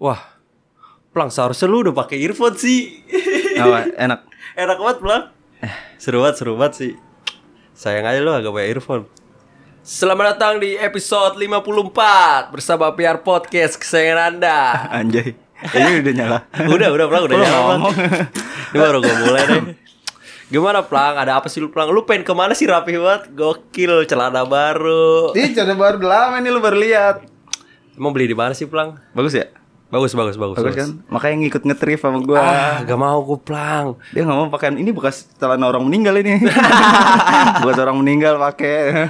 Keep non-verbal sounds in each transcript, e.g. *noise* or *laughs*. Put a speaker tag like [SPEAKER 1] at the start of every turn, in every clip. [SPEAKER 1] Wah, Plang seharusnya lu udah pakai earphone sih. *laughs*
[SPEAKER 2] Apa? Enak.
[SPEAKER 1] Oh, Enak banget, Plang. Eh, Seru banget, seru banget sih. Sayang aja lu agak pakai earphone. Selamat datang di episode 54 bersama PR Podcast kesayangan Anda.
[SPEAKER 2] Anjay. Ini udah nyala.
[SPEAKER 1] *laughs* udah, udah, Plang, udah
[SPEAKER 2] Lu
[SPEAKER 1] nyala, Plang.
[SPEAKER 2] ngomong.
[SPEAKER 1] Ini baru gue mulai deh. Gimana, Plang? Ada apa sih lu, Plang? Lu pengen kemana sih rapi banget? Gokil, celana baru.
[SPEAKER 2] Ini cara baru lama nih lu baru lihat.
[SPEAKER 1] Emang beli di mana sih, Plang?
[SPEAKER 2] Bagus ya?
[SPEAKER 1] Bagus, bagus, bagus.
[SPEAKER 2] Bagus kan? Makanya ngikut ngetrif sama gua.
[SPEAKER 1] Ah, gak mau gue, Plang.
[SPEAKER 2] Dia ngomong pakaian ini bekas celana orang meninggal
[SPEAKER 1] *laughs*
[SPEAKER 2] ini. Buat orang meninggal pakai.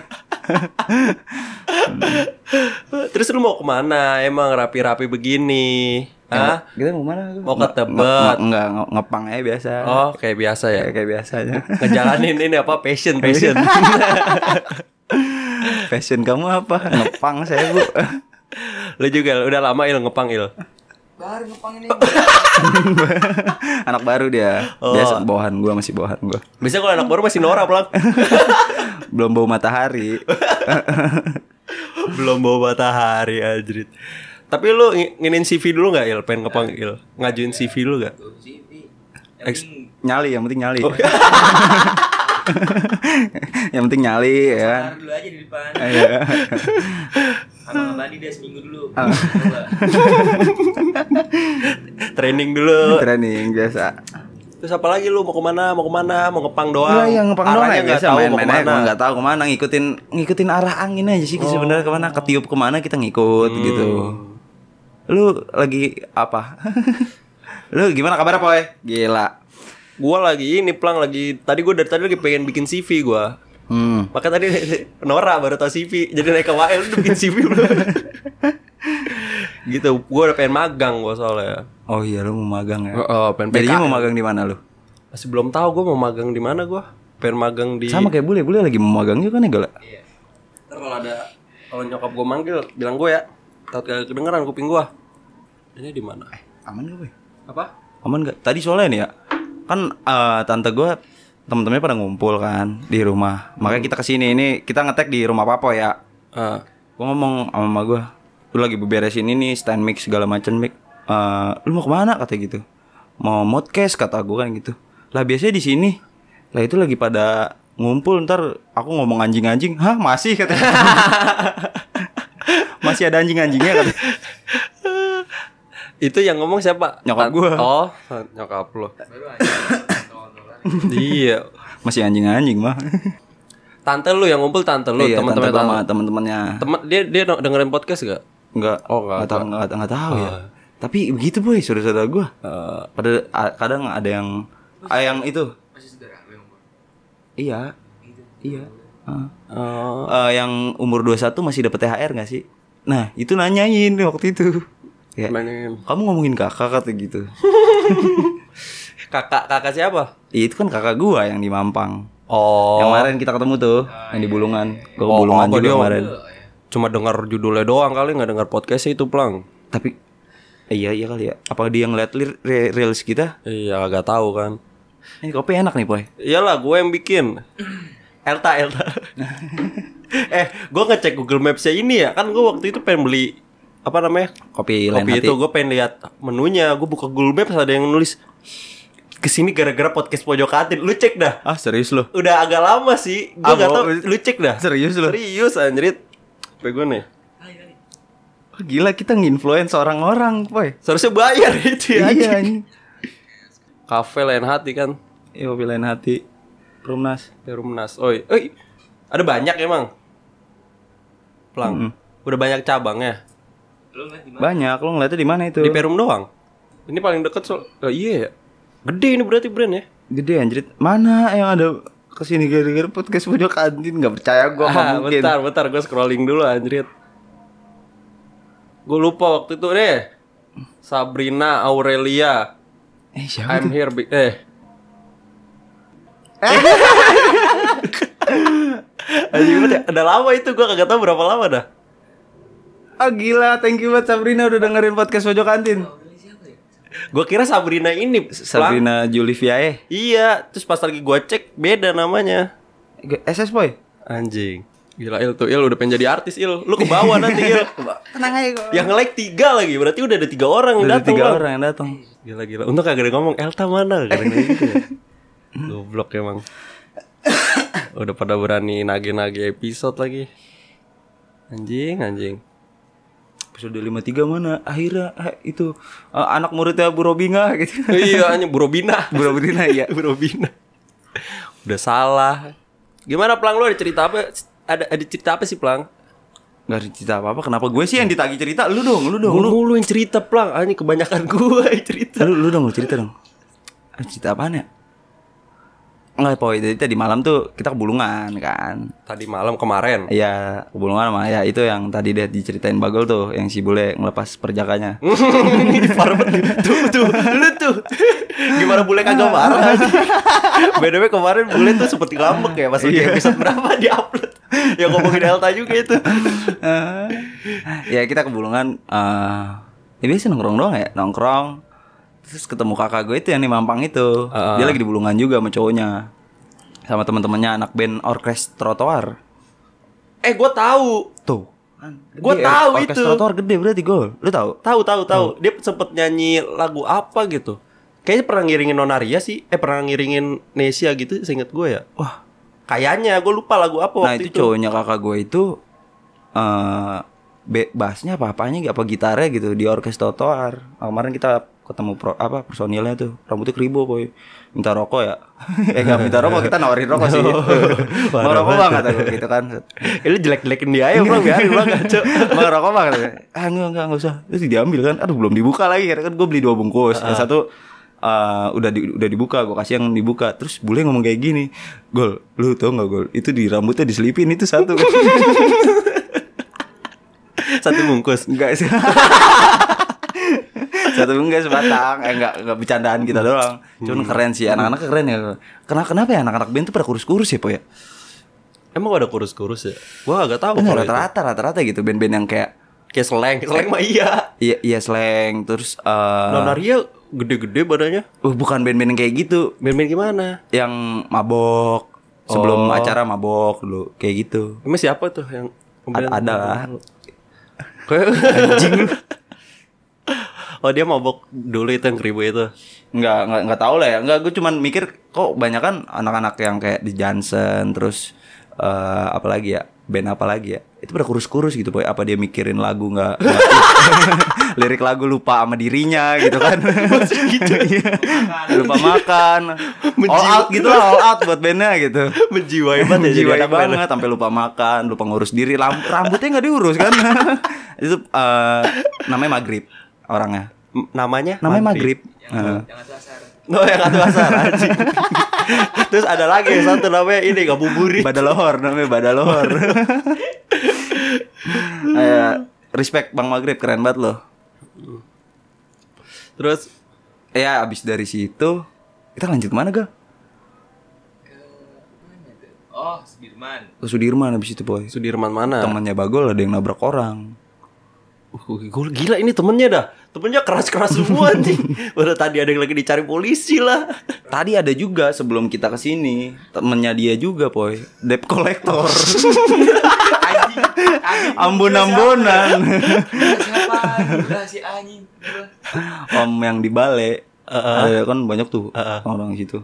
[SPEAKER 1] Terus lu mau kemana? Emang rapi-rapi begini? Hah?
[SPEAKER 2] Kita mau mana?
[SPEAKER 1] Mau ke Tebet.
[SPEAKER 2] Enggak, ngepang aja biasa.
[SPEAKER 1] Oh, kayak biasa ya.
[SPEAKER 2] Kayak kayak
[SPEAKER 1] *laughs*
[SPEAKER 2] biasanya.
[SPEAKER 1] Ngejalanin ini apa passion, passion.
[SPEAKER 2] Fashion kamu apa? Ngepang
[SPEAKER 1] *laughs*
[SPEAKER 2] saya, Bu.
[SPEAKER 1] *laughs* lu juga udah lama il ngepang il.
[SPEAKER 3] Baru ngepang ini.
[SPEAKER 2] Anak baru dia.
[SPEAKER 1] Oh.
[SPEAKER 2] Biasa bawahan gua masih bawahan gua.
[SPEAKER 1] Biasanya kalau anak baru masih norak pulang.
[SPEAKER 2] Belum bau matahari.
[SPEAKER 1] *laughs* Belum bawa matahari anjrit. Tapi lu ng- nginin CV dulu nggak il? Pengen ngepang il? Ngajuin CV lu nggak?
[SPEAKER 3] CV.
[SPEAKER 1] Ex-
[SPEAKER 2] nyali yang penting nyali
[SPEAKER 1] Oh.
[SPEAKER 2] *laughs* yang penting nyali ya kan
[SPEAKER 3] Taruh dulu aja di depan.
[SPEAKER 2] Iya.
[SPEAKER 3] Sama Abadi deh seminggu dulu.
[SPEAKER 1] Training dulu. *laughs*
[SPEAKER 2] training biasa
[SPEAKER 1] Terus apa lagi lu mau kemana? Mau kemana? Mau ngepang doang?
[SPEAKER 2] Enggak yang ngepang doang
[SPEAKER 1] Arahnya
[SPEAKER 2] ya
[SPEAKER 1] nggak
[SPEAKER 2] biasa
[SPEAKER 1] tahu mau
[SPEAKER 2] main-main aja
[SPEAKER 1] kemana? Oh.
[SPEAKER 2] gua nggak tahu kemana ngikutin ngikutin arah angin aja sih sebenarnya kemana ketiup kemana kita ngikut
[SPEAKER 1] Hmm.
[SPEAKER 2] gitu lu lagi apa *laughs* lu gimana kabar poy gila
[SPEAKER 1] Gua lagi ini pulang lagi. Tadi gua dari tadi lagi pengen bikin CV gua.
[SPEAKER 2] hmm
[SPEAKER 1] Maka tadi Nora baru tau CV Jadi naik ke WL udah bikin CV belum Gitu Gue udah pengen magang gue soalnya
[SPEAKER 2] oh iya lu mau magang ya
[SPEAKER 1] oh, pengen
[SPEAKER 2] jadinya mau magang di mana lu
[SPEAKER 1] Masih belum tahu gue mau magang di mana gue Pengen magang di
[SPEAKER 2] sama kayak bule bule lagi mau magang juga nih gila
[SPEAKER 1] Iya. Ntar kalau ada kalau nyokap gue manggil Bilang gue ya Takut kagak kedengeran kuping gue Ini di mana?
[SPEAKER 2] aman gak boy
[SPEAKER 1] Apa?
[SPEAKER 2] aman gak? Tadi soalnya nih ya, kan eh, tante gue temen-temennya pada ngumpul kan di rumah. Makanya kita kesini ini kita ngetek di rumah Papo ya.
[SPEAKER 1] Ah.
[SPEAKER 2] Gue ngomong sama mama gue, lu lagi beberesin ini stand mic segala macem mic. Eh, lu mau kemana kata gitu? Mau modcast kata gue kan gitu. Lah biasanya di sini. Lah itu lagi pada ngumpul ntar aku ngomong anjing-anjing, hah masih kata. *laughs* masih ada anjing-anjingnya kata.
[SPEAKER 1] Itu yang ngomong siapa?
[SPEAKER 2] Nyokap gua.
[SPEAKER 1] Oh nyokap lo Iya
[SPEAKER 2] Masih anjing-anjing mah.
[SPEAKER 1] Tante lu yang ngumpul tante lu
[SPEAKER 2] Iya,
[SPEAKER 1] teman-teman
[SPEAKER 2] tante gua sama
[SPEAKER 1] tante.
[SPEAKER 2] teman-temannya.
[SPEAKER 1] Temen dia dia dengerin podcast gak?
[SPEAKER 2] Enggak.
[SPEAKER 1] Oh, Ah. enggak
[SPEAKER 2] tahu enggak, enggak tahu ya. Tapi begitu boy, saudara-saudara gua.
[SPEAKER 1] Ah.
[SPEAKER 2] pada a- kadang ada yang ah, yang itu. Iya. Iya. Heeh.
[SPEAKER 1] Oh.
[SPEAKER 2] Eh, yang umur 21 masih dapat THR nggak sih? Nah, itu nanyain waktu itu. Ya.
[SPEAKER 1] Mainin.
[SPEAKER 2] Kamu ngomongin kakak kata
[SPEAKER 1] *laughs*
[SPEAKER 2] gitu.
[SPEAKER 1] Kakak kakak siapa?
[SPEAKER 2] Iya, itu kan kakak gua yang di Mampang.
[SPEAKER 1] Oh.
[SPEAKER 2] Yang kemarin kita ketemu tuh, yang di Bulungan. Gua ke
[SPEAKER 1] Oh,
[SPEAKER 2] Bulungan
[SPEAKER 1] apa
[SPEAKER 2] juga
[SPEAKER 1] dia?
[SPEAKER 2] kemarin.
[SPEAKER 1] Cuma dengar judulnya doang kali nggak dengar podcastnya itu pelang.
[SPEAKER 2] Tapi eh, iya iya kali ya. Apa dia ngeliat lir- re- reels kita?
[SPEAKER 1] Iya agak tahu kan.
[SPEAKER 2] Ini kopi enak nih, Boy.
[SPEAKER 1] Iyalah gue yang bikin. *clears throat* Elta Elta. *laughs* eh gue ngecek Google Maps nya ini ya kan gue waktu itu pengen beli apa namanya
[SPEAKER 2] Kopi, lain
[SPEAKER 1] kopi
[SPEAKER 2] hati.
[SPEAKER 1] itu gue pengen lihat menunya gue buka Google Maps ada yang nulis kesini gara-gara podcast pojok kantin lu cek dah
[SPEAKER 2] Ah serius lo?
[SPEAKER 1] udah agak lama sih gue
[SPEAKER 2] Ah,
[SPEAKER 1] nggak
[SPEAKER 2] bo-
[SPEAKER 1] tahu lu cek dah
[SPEAKER 2] Serius lu?
[SPEAKER 1] serius anjrit apa gue nih
[SPEAKER 2] Oh, Gila kita nginfluence orang-orang, boy.
[SPEAKER 1] Seharusnya bayar *laughs* itu ya.
[SPEAKER 2] Iya
[SPEAKER 1] anjing.
[SPEAKER 2] ini.
[SPEAKER 1] Kafe lain hati kan.
[SPEAKER 2] Iya pilihan hati. Rumnas.
[SPEAKER 1] Dari Rumnas. Oi, oi. Ada banyak emang. Pelang. Udah banyak cabangnya.
[SPEAKER 3] Lu ngeliat di mana?
[SPEAKER 2] Banyak lo ngeliatnya di mana itu?
[SPEAKER 1] Di Perum doang. Ini paling deket soal. Oh, iya ya. Gede ini berarti brand ya.
[SPEAKER 2] Gede anjrit. Mana yang ada kesini gara-gara podcast pojok kantin nggak percaya gua nggak
[SPEAKER 1] Ah,
[SPEAKER 2] mungkin.
[SPEAKER 1] bentar, bentar gue scrolling dulu anjrit. Gue lupa waktu itu deh. Sabrina Aurelia.
[SPEAKER 2] Eh siapa?
[SPEAKER 1] I'm here big eh. *laughs* Anjing banget ya. udah lama itu gua kagak tahu berapa lama dah.
[SPEAKER 2] Ah gila, thank you banget Sabrina udah dengerin podcast pojok kantin.
[SPEAKER 1] Gua kira Sabrina ini Lang.
[SPEAKER 2] Sabrina Julivia eh.
[SPEAKER 1] Iya, terus pas lagi gua cek beda namanya.
[SPEAKER 2] SS boy.
[SPEAKER 1] Anjing. Gila Il tuh Il udah pengen jadi artis Il Lu ke bawah nanti Il
[SPEAKER 2] Tenang aja kok.
[SPEAKER 1] *laughs* Yang like tiga lagi Berarti udah ada tiga orang yang
[SPEAKER 2] Udah
[SPEAKER 1] datang
[SPEAKER 2] tiga
[SPEAKER 1] Bang.
[SPEAKER 2] orang yang datang.
[SPEAKER 1] Gila gila Untung kagak ada yang ngomong Elta mana Kagak ada yang nanya gitu ya. Goblok emang Udah pada berani nage-nage episode lagi Anjing anjing
[SPEAKER 2] Episode 53 mana? Akhirnya eh, itu eh, anak muridnya Bu Robinga *laughs* gitu.
[SPEAKER 1] Iya anjing Burobina
[SPEAKER 2] Bu Robinga ya.
[SPEAKER 1] Burobina Udah salah Gimana Plang lu ada cerita apa Ada, ada cerita apa sih Plang
[SPEAKER 2] Gak ada cerita apa-apa. Kenapa gue sih yang ditagi cerita? Lu dong, lu dong,
[SPEAKER 1] Lu,
[SPEAKER 2] lu.
[SPEAKER 1] lu yang cerita Plang Anjing kebanyakan gue yang cerita
[SPEAKER 2] Lu, lu dong, lu cerita dong. Ada cerita apaan ya? Enggak, pokoknya jadi tadi malam tuh kita ke Bulungan kan.
[SPEAKER 1] Tadi malam kemarin
[SPEAKER 2] Iya, ke Bulungan mah ya itu yang tadi dia diceritain Bagel tuh yang si bule ngelepas *laughs* perjakanya.
[SPEAKER 1] Parah banget. gitu. Tuh tuh Lu tuh Gimana bule kagak marah By the way kemarin bule tuh sempet ngambek ya Pas lagi
[SPEAKER 2] Iya.
[SPEAKER 1] episode berapa di upload Yang ngomongin Delta juga itu
[SPEAKER 2] ya kita ke Bulungan eh ya biasa nongkrong doang ya, nongkrong. Terus ketemu kakak gue itu yang di Mampang itu.
[SPEAKER 1] Ah.
[SPEAKER 2] Dia lagi di Bulungan juga sama cowoknya. Sama teman-temannya anak band Orkes Trotoar.
[SPEAKER 1] Eh gue tahu
[SPEAKER 2] Tuh.
[SPEAKER 1] Gua
[SPEAKER 2] Gede,
[SPEAKER 1] tahu
[SPEAKER 2] Orkes
[SPEAKER 1] itu.
[SPEAKER 2] Trotoar gede berarti gol. Lu tahu?
[SPEAKER 1] Tahu tahu tahu
[SPEAKER 2] Hmm.
[SPEAKER 1] Dia sempet nyanyi lagu apa gitu Kayaknya pernah ngiringin Nonaria sih Eh pernah ngiringin Nesia gitu seinget gue ya
[SPEAKER 2] Wah.
[SPEAKER 1] Kayaknya gue lupa lagu apa
[SPEAKER 2] Nah,
[SPEAKER 1] waktu
[SPEAKER 2] itu,
[SPEAKER 1] itu,
[SPEAKER 2] cowoknya kakak gue itu eh be- bassnya apa apanya apa gitarnya gitu di Orkes Trotoar. Ah, kemarin kita ketemu pro- apa personilnya tuh rambutnya keribu boy minta rokok ya *laughs* eh nggak minta rokok kita nawarin rokok
[SPEAKER 1] *laughs*
[SPEAKER 2] sih mau
[SPEAKER 1] Parah
[SPEAKER 2] rokok
[SPEAKER 1] banget.
[SPEAKER 2] banget aku gitu kan
[SPEAKER 1] Eh, *laughs* Lu jelek-jelekin dia ya bro Biarin bro ngaco
[SPEAKER 2] *laughs* mau rokok banget ah enggak enggak enggak usah terus diambil kan aduh belum dibuka lagi karena kan gue beli dua bungkus yang satu eh, udah di- udah dibuka gue kasih yang dibuka terus bule ngomong kayak gini gol lu tau nggak gol itu di rambutnya diselipin itu
[SPEAKER 1] *laughs*
[SPEAKER 2] satu
[SPEAKER 1] Satu bungkus
[SPEAKER 2] Enggak sih. *laughs* Satu enggak sebatang, eh enggak enggak bercandaan kita doang. Cuman
[SPEAKER 1] Hmm.
[SPEAKER 2] keren sih anak-anak keren ya. Kenapa kenapa ya anak-anak band tuh pada kurus-kurus ya, Po ya?
[SPEAKER 1] Emang ada kurus-kurus ya? Gue agak tahu
[SPEAKER 2] Enggak,
[SPEAKER 1] kalau itu.
[SPEAKER 2] rata-rata rata-rata gitu band-band yang kayak
[SPEAKER 1] Kayak seleng Seleng mah iya
[SPEAKER 2] iya iya slang terus eh
[SPEAKER 1] Nonaria gede-gede badannya.
[SPEAKER 2] uh, bukan band-band yang kayak gitu
[SPEAKER 1] Main-main gimana?
[SPEAKER 2] yang mabok sebelum acara mabok dulu kayak gitu.
[SPEAKER 1] Emang siapa tuh yang
[SPEAKER 2] Ada, ada lah.
[SPEAKER 1] Anjing *laughs* Oh dia mabok dulu itu yang keribu itu.
[SPEAKER 2] Enggak, enggak, enggak tahu lah ya. Enggak, gue cuman mikir kok banyak kan anak-anak yang kayak di Johnson terus eh apalagi ya band apalagi ya itu pada kurus-kurus gitu boy apa dia mikirin lagu nggak nggak- *laughs* lirik lagu lupa sama dirinya gitu
[SPEAKER 1] *laughs*
[SPEAKER 2] kan
[SPEAKER 1] gitu.
[SPEAKER 2] *laughs* Iya. lupa makan all out gitu lah all out buat bandnya gitu
[SPEAKER 1] Menjiwai banget ya jadi
[SPEAKER 2] jiwa
[SPEAKER 1] anak band.
[SPEAKER 2] banget sampai lupa makan lupa ngurus diri Ram- rambutnya nggak diurus kan *laughs* itu eh, namanya maghrib orangnya
[SPEAKER 1] M- Namanya?
[SPEAKER 2] namanya maghrib,
[SPEAKER 1] Iya,
[SPEAKER 2] Eh.
[SPEAKER 3] Jangan sasar.
[SPEAKER 1] No yang satu
[SPEAKER 2] *laughs*
[SPEAKER 1] asar anjing. Terus ada lagi yang satu namanya ini ngabuburit.
[SPEAKER 2] Badalohor namanya *laughs* Badalohor. Eh, respect Bang Maghrib keren banget loh.
[SPEAKER 1] Terus
[SPEAKER 2] Ya abis dari situ kita lanjut mana ga?
[SPEAKER 3] Ke mana tuh? Oh, Sudirman.
[SPEAKER 2] Ke Sudirman abis itu boy.
[SPEAKER 1] Sudirman mana?
[SPEAKER 2] Temannya Bagol ada yang nabrak orang.
[SPEAKER 1] Uh, gua- gila ini temennya dah. Temennya keras-keras semua
[SPEAKER 2] *laughs*
[SPEAKER 1] nih. Udah tadi ada yang lagi dicari polisi lah.
[SPEAKER 2] Tadi ada juga sebelum kita ke sini temennya dia juga boy. Debt
[SPEAKER 3] *laughs*
[SPEAKER 2] collector.
[SPEAKER 3] *laughs*
[SPEAKER 2] Ambon-ambonan.
[SPEAKER 3] Siapa? Udah si anjing. Gua.
[SPEAKER 2] Om yang di Bale. Ada kan banyak tuh orang situ.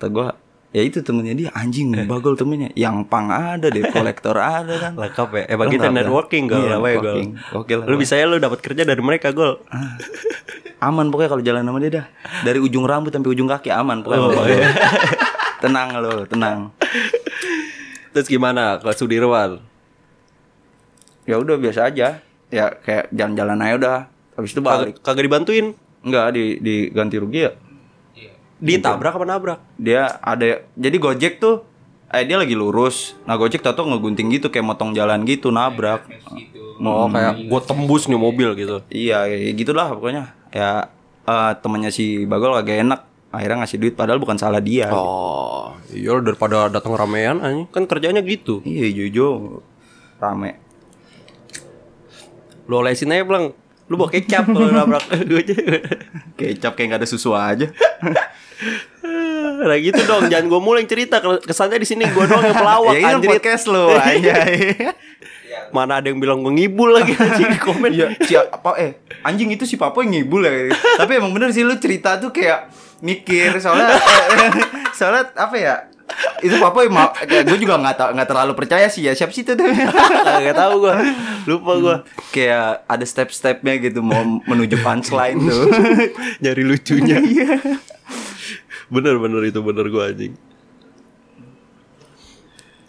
[SPEAKER 2] Kata gua ya itu temennya dia anjing
[SPEAKER 1] Eh.
[SPEAKER 2] bagol temennya yang pang ada deh kolektor ada kan
[SPEAKER 1] Lengkap ya. Emang kita
[SPEAKER 2] Lengkap ya.
[SPEAKER 1] networking gol
[SPEAKER 2] Iya,
[SPEAKER 1] namanya gol.
[SPEAKER 2] networking. Oke lah,
[SPEAKER 1] Lu
[SPEAKER 2] gol.
[SPEAKER 1] bisa ya lu dapat kerja dari mereka gol.
[SPEAKER 2] Ah. aman pokoknya kalau jalan sama dia dah dari ujung rambut sampai ujung kaki aman pokoknya
[SPEAKER 1] Oh,
[SPEAKER 2] sama
[SPEAKER 1] iya.
[SPEAKER 2] dia. *laughs* tenang lo tenang
[SPEAKER 1] Terus gimana ke Sudirman?
[SPEAKER 2] ya udah biasa aja ya kayak jalan-jalan aja udah habis itu balik
[SPEAKER 1] Kag- kagak dibantuin.
[SPEAKER 2] enggak di diganti rugi ya
[SPEAKER 3] Iya.
[SPEAKER 1] Ditabrak apa nabrak?
[SPEAKER 2] dia ada jadi gojek tuh eh dia lagi lurus nah gojek tau ngegunting gitu kayak motong jalan gitu nabrak Hmm.
[SPEAKER 3] Gitu.
[SPEAKER 1] Oh, kayak gua tembus nih mobil gitu.
[SPEAKER 2] Iya, kayak gitulah pokoknya. Ya eh, temannya si Bagol agak enak. Akhirnya ngasih duit padahal bukan salah dia.
[SPEAKER 1] Oh, iya daripada datang ramean anjing. Kan kerjanya gitu.
[SPEAKER 2] Iya, Jojo rame.
[SPEAKER 1] Lu olesin aja, Blang. Lu bawa kecap *laughs* kalau nabrak. Gua aja.
[SPEAKER 2] *laughs* Ya, Kecap kayak nggak ada susu aja.
[SPEAKER 1] Nah gitu dong, jangan gue mulai yang cerita. Kalau Kesannya di sini gue doang yang pelawak.
[SPEAKER 2] ya ini kan
[SPEAKER 1] anjrit.
[SPEAKER 2] podcast lo anjay.
[SPEAKER 1] *laughs*
[SPEAKER 3] Ya,
[SPEAKER 1] Mana ada yang bilang gue ngibul lagi anjing di komen.
[SPEAKER 2] Iya, si apa eh anjing itu si Papo yang ngibul ya. Tapi emang bener sih lu cerita tuh kayak mikir soalnya *laughs* eh, soalnya apa ya? Itu Papo yang ma- kayak gue juga nggak ta- nggak terlalu percaya sih ya. Siapa sih itu? *laughs*
[SPEAKER 1] Gak tau gue, lupa gue.
[SPEAKER 2] kayak ada step-stepnya gitu mau menuju punchline tuh.
[SPEAKER 1] *laughs* Nyari
[SPEAKER 2] *laughs*
[SPEAKER 1] lucunya.
[SPEAKER 2] Iya.
[SPEAKER 1] Bener-bener itu bener gue anjing.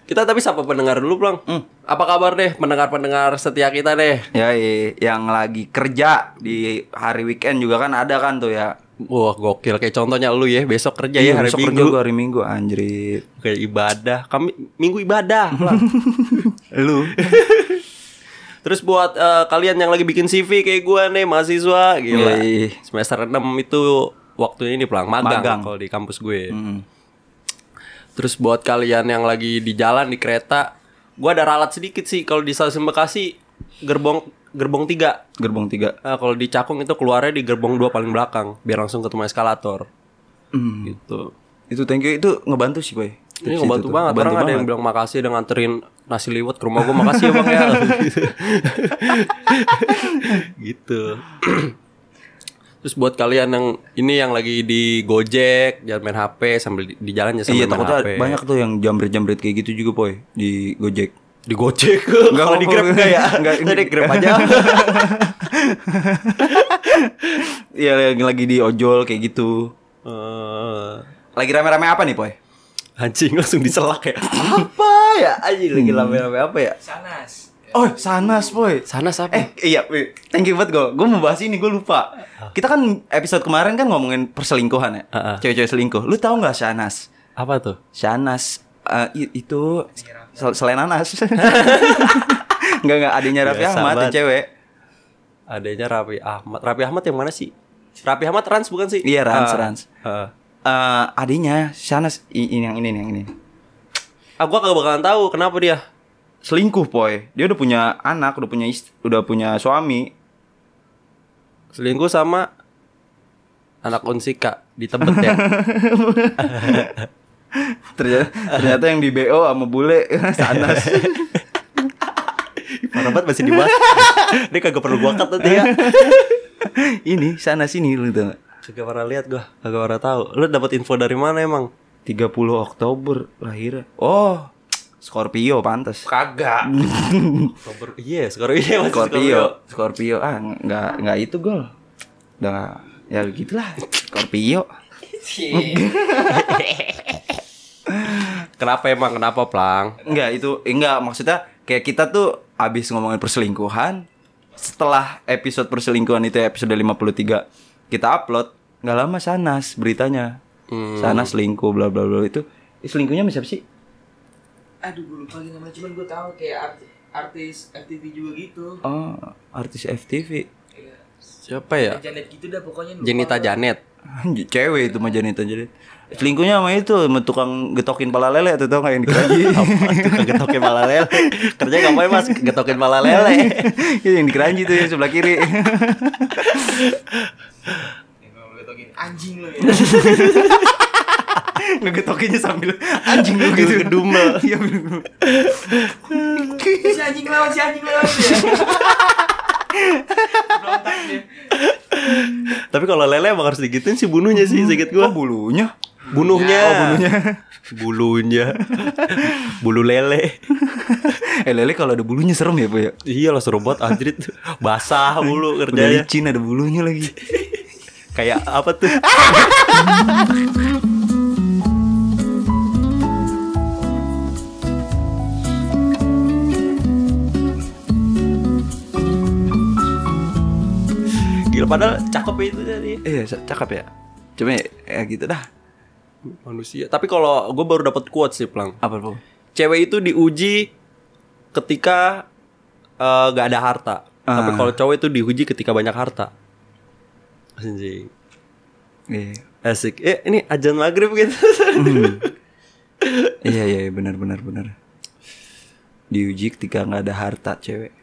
[SPEAKER 1] Kita tapi sapa pendengar dulu, Bang.
[SPEAKER 2] Hmm.
[SPEAKER 1] Apa kabar deh pendengar-pendengar setia kita deh?
[SPEAKER 2] ya i- yang lagi kerja di hari weekend juga kan ada kan tuh ya. Iya,
[SPEAKER 1] Wah gokil kayak contohnya lu ya besok kerja ya hari
[SPEAKER 2] besok
[SPEAKER 1] minggu
[SPEAKER 2] kerja gua hari Minggu anjrit.
[SPEAKER 1] kayak ibadah kami minggu ibadah
[SPEAKER 2] *laughs*
[SPEAKER 1] lah.
[SPEAKER 2] Lu
[SPEAKER 1] terus buat eh, kalian yang lagi bikin CV kayak gua nih mahasiswa gila
[SPEAKER 2] Yoi.
[SPEAKER 1] semester 6 itu waktunya ini pelang magang,
[SPEAKER 2] Magang.
[SPEAKER 1] kalau di kampus gue
[SPEAKER 2] Mm,
[SPEAKER 1] terus buat kalian yang lagi di jalan di kereta gua ada ralat sedikit sih kalau di stasiun Bekasi gerbong gerbong tiga
[SPEAKER 2] gerbong tiga
[SPEAKER 1] Nah, kalau di Cakung itu keluarnya di gerbong dua paling belakang biar langsung ketemu eskalator
[SPEAKER 2] Hmm.
[SPEAKER 1] gitu
[SPEAKER 2] Mm. Itu thank you itu ngebantu sih, Boy.
[SPEAKER 1] Ini
[SPEAKER 2] Tips
[SPEAKER 1] ngebantu
[SPEAKER 2] itu tuh.
[SPEAKER 1] banget.
[SPEAKER 2] Ngebantu
[SPEAKER 1] Orang ada yang bilang makasih dengan nganterin nasi liwet ke rumah gue. Makasih ya bang
[SPEAKER 2] *laughs*
[SPEAKER 1] ya. gitu. Terus buat kalian yang ini yang lagi di Gojek, jangan main HP sambil di, di jalan ya sambil
[SPEAKER 2] Iya
[SPEAKER 1] main
[SPEAKER 2] takutnya
[SPEAKER 1] HP.
[SPEAKER 2] banyak tuh yang jambret-jambret kayak gitu juga poy di Gojek.
[SPEAKER 1] Di Gojek.
[SPEAKER 2] Nggak
[SPEAKER 1] Kalau di
[SPEAKER 2] apa-apa.
[SPEAKER 1] Grab enggak ya?
[SPEAKER 2] *laughs* Nggak,
[SPEAKER 1] Udah deh,
[SPEAKER 2] ini-
[SPEAKER 1] Grab aja.
[SPEAKER 2] *laughs* Iya yang lagi di ojol kayak gitu.
[SPEAKER 1] Eh,
[SPEAKER 2] Lagi rame-rame apa nih poy?
[SPEAKER 1] anjing langsung diselak ya. apa ya? Anjing lagi rame-rame apa ya?
[SPEAKER 3] sanas. Ya,
[SPEAKER 2] Oh sanas poy.
[SPEAKER 1] Sana siapa?
[SPEAKER 2] Eh iya, wait. thank you banget gue. Gue mau bahas ini gue lupa. Kita kan episode kemarin kan ngomongin perselingkuhan ya,
[SPEAKER 1] Heeh.
[SPEAKER 2] cewek-cewek selingkuh. Lu tahu nggak sanas?
[SPEAKER 1] apa tuh?
[SPEAKER 2] Sanas eh, i- itu sel- selain *laughs* nanas. Enggak enggak adanya Raffi
[SPEAKER 1] Biasa
[SPEAKER 2] Ahmad yang
[SPEAKER 1] banget.
[SPEAKER 2] cewek.
[SPEAKER 1] Adanya Raffi Ahmad. Raffi Ahmad yang mana sih? Raffi Ahmad Rans bukan sih?
[SPEAKER 2] Iya, Rans,
[SPEAKER 1] Ah.
[SPEAKER 2] Rans.
[SPEAKER 1] Ah.
[SPEAKER 2] Eh adanya Sanas i- ini yang ini nih, yang ini.
[SPEAKER 1] Ah, gua kagak bakalan tahu kenapa dia.
[SPEAKER 2] selingkuh poy dia udah punya anak udah punya ist- udah punya suami *laughs*
[SPEAKER 1] Selingkuh sama anak Unsika di Tebet ya. *laughs*
[SPEAKER 2] ternyata ternyata yang di bo sama bule *laughs* sanas
[SPEAKER 1] Parah banget masih dibahas. *laughs* dia kagak perlu gua cut nanti *laughs* ya.
[SPEAKER 2] ini sanas ini lu tau
[SPEAKER 1] Kagak pernah lihat gua, kagak pernah tahu. Lu dapat info dari mana emang?
[SPEAKER 2] tiga 30 Oktober lahir oh Scorpio pantas *laughs*
[SPEAKER 1] Kagak. Oktober. Iya, Scorpio. Iya, masih
[SPEAKER 2] Scorpio Scorpio ah nggak nggak itu gol udah nggak- ya gitulah Scorpio
[SPEAKER 1] Kenapa emang? Kenapa, Plang?
[SPEAKER 2] Enggak itu enggak maksudnya kayak kita tuh abis ngomongin perselingkuhan setelah episode perselingkuhan itu episode 53 kita upload nggak lama Sanas beritanya Sanas selingkuh bla bla bla itu eh, selingkuhnya sama siapa sih
[SPEAKER 3] Aduh, gue lupa lagi namanya. Cuman gue tahu kayak arti- artis FTV juga gitu.
[SPEAKER 2] oh artis FTV
[SPEAKER 3] Iya.
[SPEAKER 1] Siapa ya?
[SPEAKER 3] Kayak Janet gitu dah pokoknya. lupa
[SPEAKER 1] Jenita
[SPEAKER 3] gua.
[SPEAKER 1] Janet.
[SPEAKER 2] Anjir, cewek itu mah Janita jadi selingkuhnya sama itu sama tukang getokin pala lele tuh tau nggak yang *laughs* dikeraji
[SPEAKER 1] Tukang *laughs* getokin malah lele. Kerja ngapain, Mas? Getokin malah lele.
[SPEAKER 2] Itu *laughs* yang dikeranji tuh yang sebelah kiri
[SPEAKER 3] Ya, gua boleh tau gini, Anjing lo ya.
[SPEAKER 2] *laughs*
[SPEAKER 3] *laughs*
[SPEAKER 2] ngegetokinnya sambil anjing lu gitu
[SPEAKER 1] Gedumel.
[SPEAKER 2] Iya, bener.
[SPEAKER 3] si anjing lawan si anjing lawan ya. Berontak dia.
[SPEAKER 1] Tapi kalau lele emang harus digituin sih bunuhnya sih, sedikit gua.
[SPEAKER 2] kok bulunya
[SPEAKER 1] Oh, Bunuhnya.
[SPEAKER 2] Oh, bunuhnya.
[SPEAKER 1] *laughs* Bulunya. Bulu lele.
[SPEAKER 2] *laughs* eh lele kalau ada bulunya serem ya bu ya
[SPEAKER 1] Iyalah seru banget anjrit. Basah bulu
[SPEAKER 2] Udah
[SPEAKER 1] kerjanya.
[SPEAKER 2] licin ada bulunya lagi
[SPEAKER 1] Kayak apa tuh? Gila padahal cakep ya itu tadi
[SPEAKER 2] Iya c- cakep ya Cuma ya, ya gitu dah
[SPEAKER 1] manusia. Tapi kalau gue baru dapat quote sih, Plang.
[SPEAKER 2] Apa bu?
[SPEAKER 1] cewek itu diuji ketika eh, nggak ada harta tapi
[SPEAKER 2] Ah.
[SPEAKER 1] kalau cowok itu diuji ketika banyak harta anjing
[SPEAKER 2] Iya
[SPEAKER 1] asik eh ini ajan maghrib *laughs* gitu
[SPEAKER 2] iya iya benar benar benar Diuji ketika nggak ada harta cewek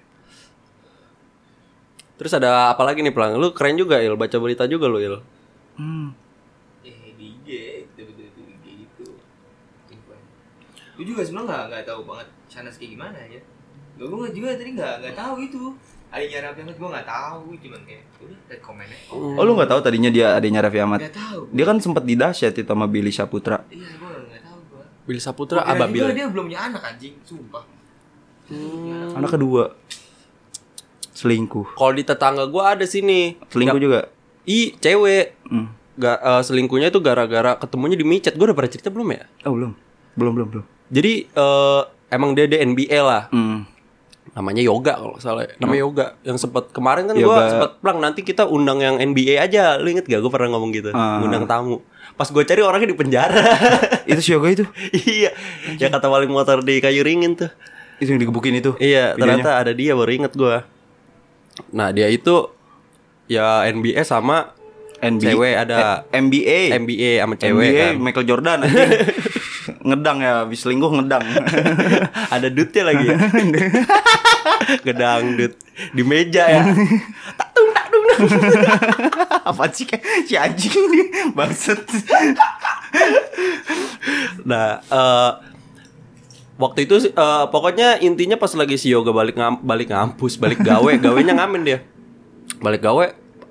[SPEAKER 1] terus ada apa lagi nih pelang lu keren juga il baca berita juga lu il
[SPEAKER 2] hmm.
[SPEAKER 3] Eh di IG, tiba-tiba di IG. gue juga sebenarnya nggak nggak tahu banget Shanas kayak gimana ya gue gue juga tadi nggak nggak tahu gitu. itu adanya Raffi Ahmad gue nggak tahu cuman kayak udah liat komennya
[SPEAKER 2] Oh lu nggak tahu tadinya dia adanya Raffi Ahmad?
[SPEAKER 3] nggak tahu
[SPEAKER 2] Dia kan sempat didahsyat itu sama Billy Saputra.
[SPEAKER 3] iya gue nggak tahu gue
[SPEAKER 1] Billy
[SPEAKER 2] Oh,
[SPEAKER 1] Saputra
[SPEAKER 2] iya,
[SPEAKER 3] Gua kira
[SPEAKER 1] ababil.
[SPEAKER 3] juga dia belum punya anak anjing sumpah
[SPEAKER 2] Anak kedua selingkuh.
[SPEAKER 1] Kalau di tetangga gua ada sini.
[SPEAKER 2] Selingkuh juga.
[SPEAKER 1] I cewek.
[SPEAKER 2] Hmm.
[SPEAKER 1] Ga, eh, selingkuhnya itu gara-gara ketemunya di micet. Gua udah pernah cerita belum ya?
[SPEAKER 2] Oh belum. Belum belum belum.
[SPEAKER 1] Jadi eh, emang dia ada NBA lah.
[SPEAKER 2] Hmm.
[SPEAKER 1] Namanya Yoga kalau nggak salah. ya. Namanya Yoga yang sempat kemarin kan gua
[SPEAKER 2] Yoga.
[SPEAKER 1] sempat plang nanti kita undang yang NBA aja. Lu inget gak gua pernah ngomong gitu?
[SPEAKER 2] Ah.
[SPEAKER 1] Undang tamu. Pas gua cari orangnya di penjara. *laughs*
[SPEAKER 2] Itu si Yoga itu.
[SPEAKER 1] iya. Ya kata wali motor di kayu ringin tuh.
[SPEAKER 2] Itu yang digebukin itu.
[SPEAKER 1] Iya,
[SPEAKER 2] Videonya.
[SPEAKER 1] ternyata ada dia baru inget gua. Nah, dia itu ya NBA sama
[SPEAKER 2] NBA.
[SPEAKER 1] cewek ada
[SPEAKER 2] Eh, NBA.
[SPEAKER 1] NBA sama cewek
[SPEAKER 2] NBA,
[SPEAKER 1] kan.
[SPEAKER 2] Michael Jordan anjing. *laughs* ngedang ya habis selingkuh ngedang.
[SPEAKER 1] *laughs* ada dutnya *laughs* lagi ya. Gedang dut di meja ya.
[SPEAKER 2] *laughs* Apa sih kayak si anjing ini bangset.
[SPEAKER 1] Nah, eh waktu itu eh, pokoknya intinya pas lagi si Yoga balik ngam- balik ngampus, balik gawe, gawenya ngamen dia. Balik gawe,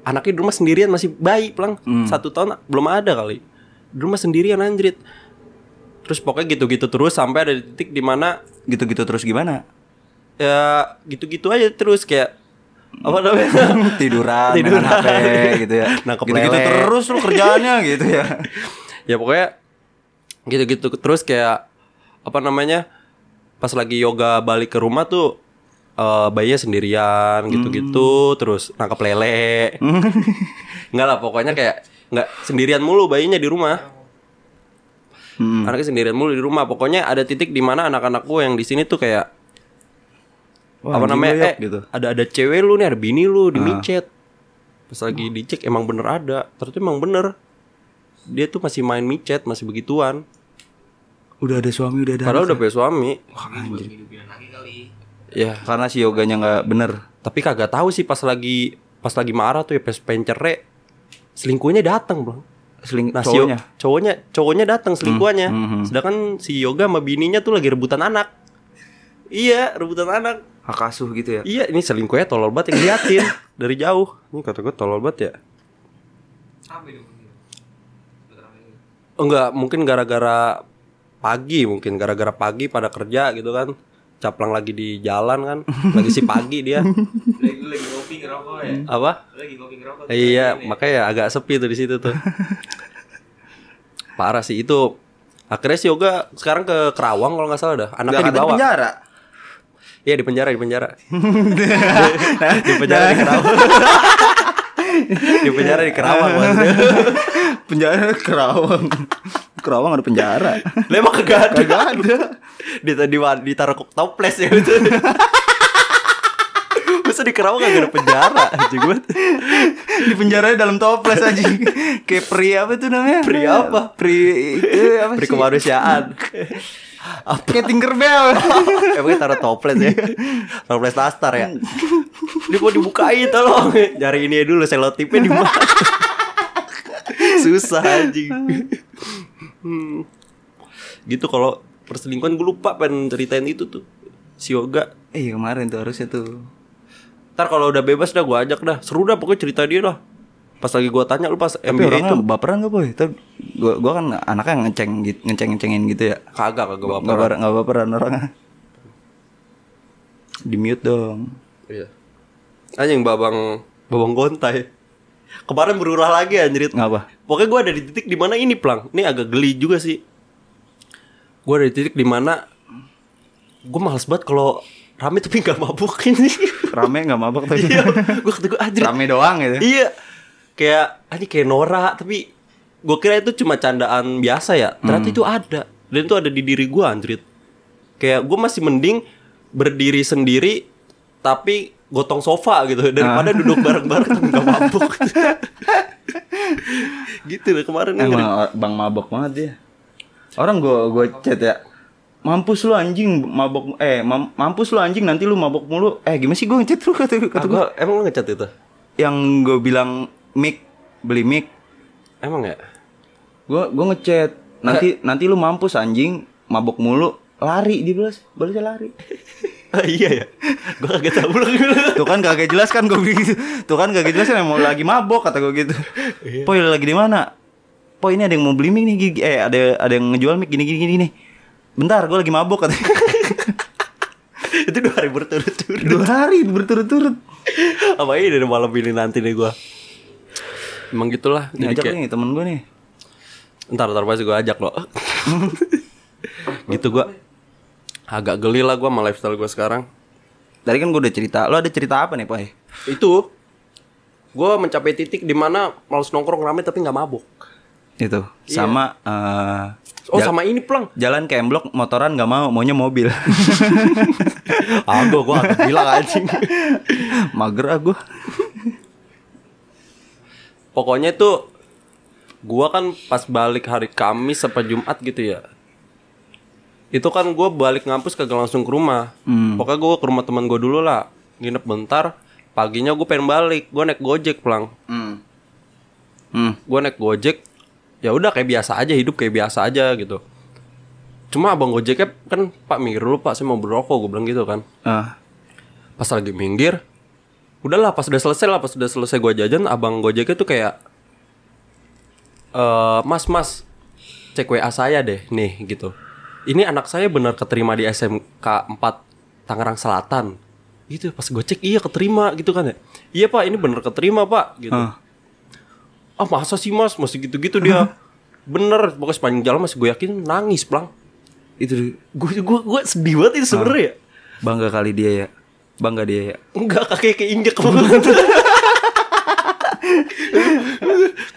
[SPEAKER 1] anaknya di rumah sendirian masih bayi, pelang. Satu tahun belum ada kali. Di rumah sendirian anjrit. Terus pokoknya gitu-gitu terus sampai ada di titik dimana
[SPEAKER 2] Gitu-gitu terus *laughs* gimana?
[SPEAKER 1] ya gitu-gitu aja terus kayak apa namanya?
[SPEAKER 2] *laughs* Tiduran,
[SPEAKER 1] Tiduran.
[SPEAKER 2] main HP gitu ya.
[SPEAKER 1] Nangkep
[SPEAKER 2] gitu-gitu
[SPEAKER 1] lele.
[SPEAKER 2] terus lu kerjaannya gitu ya.
[SPEAKER 1] ya pokoknya gitu-gitu terus kayak apa namanya pas lagi yoga balik ke rumah tuh eh bayinya sendirian gitu-gitu terus nangkap lele nggak lah pokoknya kayak nggak sendirian mulu bayinya di rumah
[SPEAKER 2] Hmm.
[SPEAKER 1] anaknya sendirian mulu di rumah pokoknya ada titik di mana anak-anak gue yang di sini tuh kayak
[SPEAKER 2] Wah,
[SPEAKER 1] apa
[SPEAKER 2] anjing lu,
[SPEAKER 1] namanya eh,
[SPEAKER 2] Yok, gitu. Ah.
[SPEAKER 1] ada ada cewek lu nih ada bini lu di micet pas lagi dicek emang bener ada ternyata emang bener dia tuh masih main micet masih begituan
[SPEAKER 2] Nah, Udah ada suami, udah ada.
[SPEAKER 1] Padahal udah punya suami.
[SPEAKER 3] buat hidupin lagi kali
[SPEAKER 1] Ya,
[SPEAKER 2] Karena si yoganya nggak bener.
[SPEAKER 1] tapi kagak tahu sih pas lagi pas lagi marah tuh ya pas pengen cerai selingkuhnya datang, Bang.
[SPEAKER 2] Seling
[SPEAKER 1] Nah, si Yo-
[SPEAKER 2] cowoknya.
[SPEAKER 1] cowoknya cowoknya datang selingkuhannya.
[SPEAKER 2] Hmm, hmm, hmm.
[SPEAKER 1] Sedangkan si Yoga sama bininya tuh lagi rebutan anak. Iya, rebutan anak.
[SPEAKER 2] Hak asuh gitu ya.
[SPEAKER 1] Iya, ini selingkuhnya tolol banget yang
[SPEAKER 2] *coughs*
[SPEAKER 1] liatin dari jauh. Ini kata gue tolol banget ya.
[SPEAKER 3] apa itu Dokter apa
[SPEAKER 2] *laughs*
[SPEAKER 3] itu?
[SPEAKER 1] Enggak, mungkin gara-gara pagi, mungkin gara-gara pagi pada kerja gitu kan. Caplang lagi di jalan
[SPEAKER 2] *laughs*
[SPEAKER 1] kan, lagi si pagi dia.
[SPEAKER 3] lagi lu lagi ngopi ngerokok ya
[SPEAKER 1] Apa?
[SPEAKER 3] Lu lagi ngopi ngerokok
[SPEAKER 1] Iya,
[SPEAKER 3] Ini.
[SPEAKER 1] makanya agak sepi tuh di situ tuh. Parah sih itu. Akhirnya si Yoga sekarang ke Kerawang kalau nggak salah dah. Anaknya
[SPEAKER 2] Nggak, katanya
[SPEAKER 1] dibawa.
[SPEAKER 2] penjara.
[SPEAKER 1] Iya di penjara, di penjara.
[SPEAKER 2] Nah,
[SPEAKER 1] *laughs* di penjara di
[SPEAKER 2] *laughs*
[SPEAKER 1] Kerawang. di penjara di Kerawang maksudnya.
[SPEAKER 2] *laughs* penjara Kerawang. Kerawang ada penjara. *laughs*
[SPEAKER 1] Lah emang kagak ada.
[SPEAKER 2] Kagak
[SPEAKER 1] *laughs*
[SPEAKER 2] ada.
[SPEAKER 1] Di di ditaruh ke toples ya itu. *laughs* Masa di Kerawang kagak ada penjara anjing banget.
[SPEAKER 2] Di penjara dalam toples aja.
[SPEAKER 1] *laughs*
[SPEAKER 2] Kayak pri apa itu namanya?
[SPEAKER 1] Pri apa?
[SPEAKER 2] Pri eh, apa
[SPEAKER 1] Beri
[SPEAKER 2] sih? *laughs*
[SPEAKER 1] kemanusiaan.
[SPEAKER 2] Kayak
[SPEAKER 1] *laughs*
[SPEAKER 2] Tinkerbell.
[SPEAKER 1] Emangnya taruh toples ya? Toples nastar ya? Ini mau dibukain tolong Nyari ini dulu selotipnya di mana *laughs* Susah anjing Hmm. Gitu kalau perselingkuhan gue lupa pengen ceritain itu tuh Si Yoga
[SPEAKER 2] Eh iya, kemarin tuh harusnya tuh.
[SPEAKER 1] Ntar kalau udah bebas dah gue ajak dah Seru dah pokoknya cerita dia lah Pas lagi gue tanya lu pas
[SPEAKER 2] Tapi
[SPEAKER 1] MBA
[SPEAKER 2] orangnya
[SPEAKER 1] itu
[SPEAKER 2] baperan gak boy? Tuh, gua, gua kan anaknya ngeceng gitu, ngeceng ngecengin gitu ya.
[SPEAKER 1] Kagak kagak
[SPEAKER 2] Gak
[SPEAKER 1] baper
[SPEAKER 2] baperan, gak baperan orangnya. Di mute dong.
[SPEAKER 1] Iya. Anjing babang babang gontai. Kemarin berulah lagi anjrit.
[SPEAKER 2] Ngapa?
[SPEAKER 1] Pokoknya gue ada di titik di mana ini plang. Ini agak geli juga sih. Gue ada di titik di mana gue males banget kalau rame tapi nggak mabuk ini.
[SPEAKER 2] *laughs* Rame gak mabok tapi.
[SPEAKER 1] Iya. Gue kata gue anjrit.
[SPEAKER 2] *laughs* Rame doang gitu.
[SPEAKER 1] Iya. Kayak anjing kayak Nora tapi gue kira itu cuma candaan biasa ya. Ternyata itu ada. Dan itu ada di diri gue anjrit. Kayak gue masih mending berdiri sendiri tapi gotong sofa gitu daripada duduk bareng-bareng tapi nggak mabuk. gitu deh kemarin nih.
[SPEAKER 2] Emang or- Eh, bang mabok banget dia. Orang gua gua chat ya. Mampus lu anjing mabok eh mam- mampus lu anjing nanti lu mabok mulu. Eh gimana sih gua ngechat lu *laughs* kata kata
[SPEAKER 1] Ah,
[SPEAKER 2] gua.
[SPEAKER 1] gua- emang lu ngecat itu?
[SPEAKER 2] Yang gua bilang mic beli mic.
[SPEAKER 1] Emang ya? *laughs*
[SPEAKER 2] Gua gua ngechat nanti nanti lu mampus anjing mabok mulu. lari dia balas balasnya lari
[SPEAKER 4] Ah, iya ya. Gua kagak tahu
[SPEAKER 1] *laughs*
[SPEAKER 4] loh.
[SPEAKER 2] tuh kan kagak jelas kan gue gitu tuh kan kagak jelas kan emang lagi mabok kata gue gitu poi lu lagi di mana poi ini ada yang mau beli mic nih gigi- eh ada ada yang ngejual mic gini gini gini nih bentar gue lagi mabok katanya
[SPEAKER 4] Itu dua hari berturut-turut.
[SPEAKER 2] dua hari berturut-turut
[SPEAKER 1] Apa ini dari malam ini nanti nih gua Emang gitulah Jadi
[SPEAKER 2] ngajak
[SPEAKER 1] kayak
[SPEAKER 2] nih temen gue nih
[SPEAKER 1] Ntar ntar pasti gue ajak lo Gitu gua Agak geli lah gue sama lifestyle gue sekarang
[SPEAKER 2] tadi kan gue udah cerita lo ada cerita apa nih poi
[SPEAKER 1] Itu Gue mencapai titik dimana males nongkrong rame tapi gak mabuk
[SPEAKER 2] itu sama eh,
[SPEAKER 1] Oh
[SPEAKER 2] jal-
[SPEAKER 1] sama ini pelang
[SPEAKER 2] jalan ke M Block motoran nggak mau maunya mobil
[SPEAKER 1] Agak gue agak bilang anjing *laughs*
[SPEAKER 2] mager ah gue
[SPEAKER 1] Pokoknya itu Gue kan pas balik hari Kamis apa Jumat gitu ya Itu kan gue balik ngampus kagak langsung ke rumah Pokoknya gue ke rumah teman gue dulu lah Nginep bentar Paginya gue pengen balik Gue naik gojek pelang
[SPEAKER 2] hmm.
[SPEAKER 1] gue naik gojek ya udah kayak biasa aja hidup kayak biasa aja gitu cuma abang gojeknya kan pak minggir dulu pak saya mau berokok gue bilang gitu kan
[SPEAKER 2] Ah.
[SPEAKER 1] pas lagi minggir udahlah pas udah selesai lah pas udah selesai gue jajan abang gojeknya tuh kayak eh mas mas cek wa saya deh nih gitu ini anak saya benar keterima di smk 4 Tangerang Selatan gitu pas gue cek iya keterima gitu kan ya iya pak ini benar keterima pak gitu
[SPEAKER 2] Ah.
[SPEAKER 1] ah masa sih mas masih gitu-gitu dia bener pokoknya sepanjang jalan masih gue yakin nangis pelang
[SPEAKER 2] itu
[SPEAKER 1] gue gue gue sedih banget itu sebenarnya ya
[SPEAKER 2] bangga kali dia ya bangga dia ya
[SPEAKER 1] enggak kaki keinjek banget *laughs*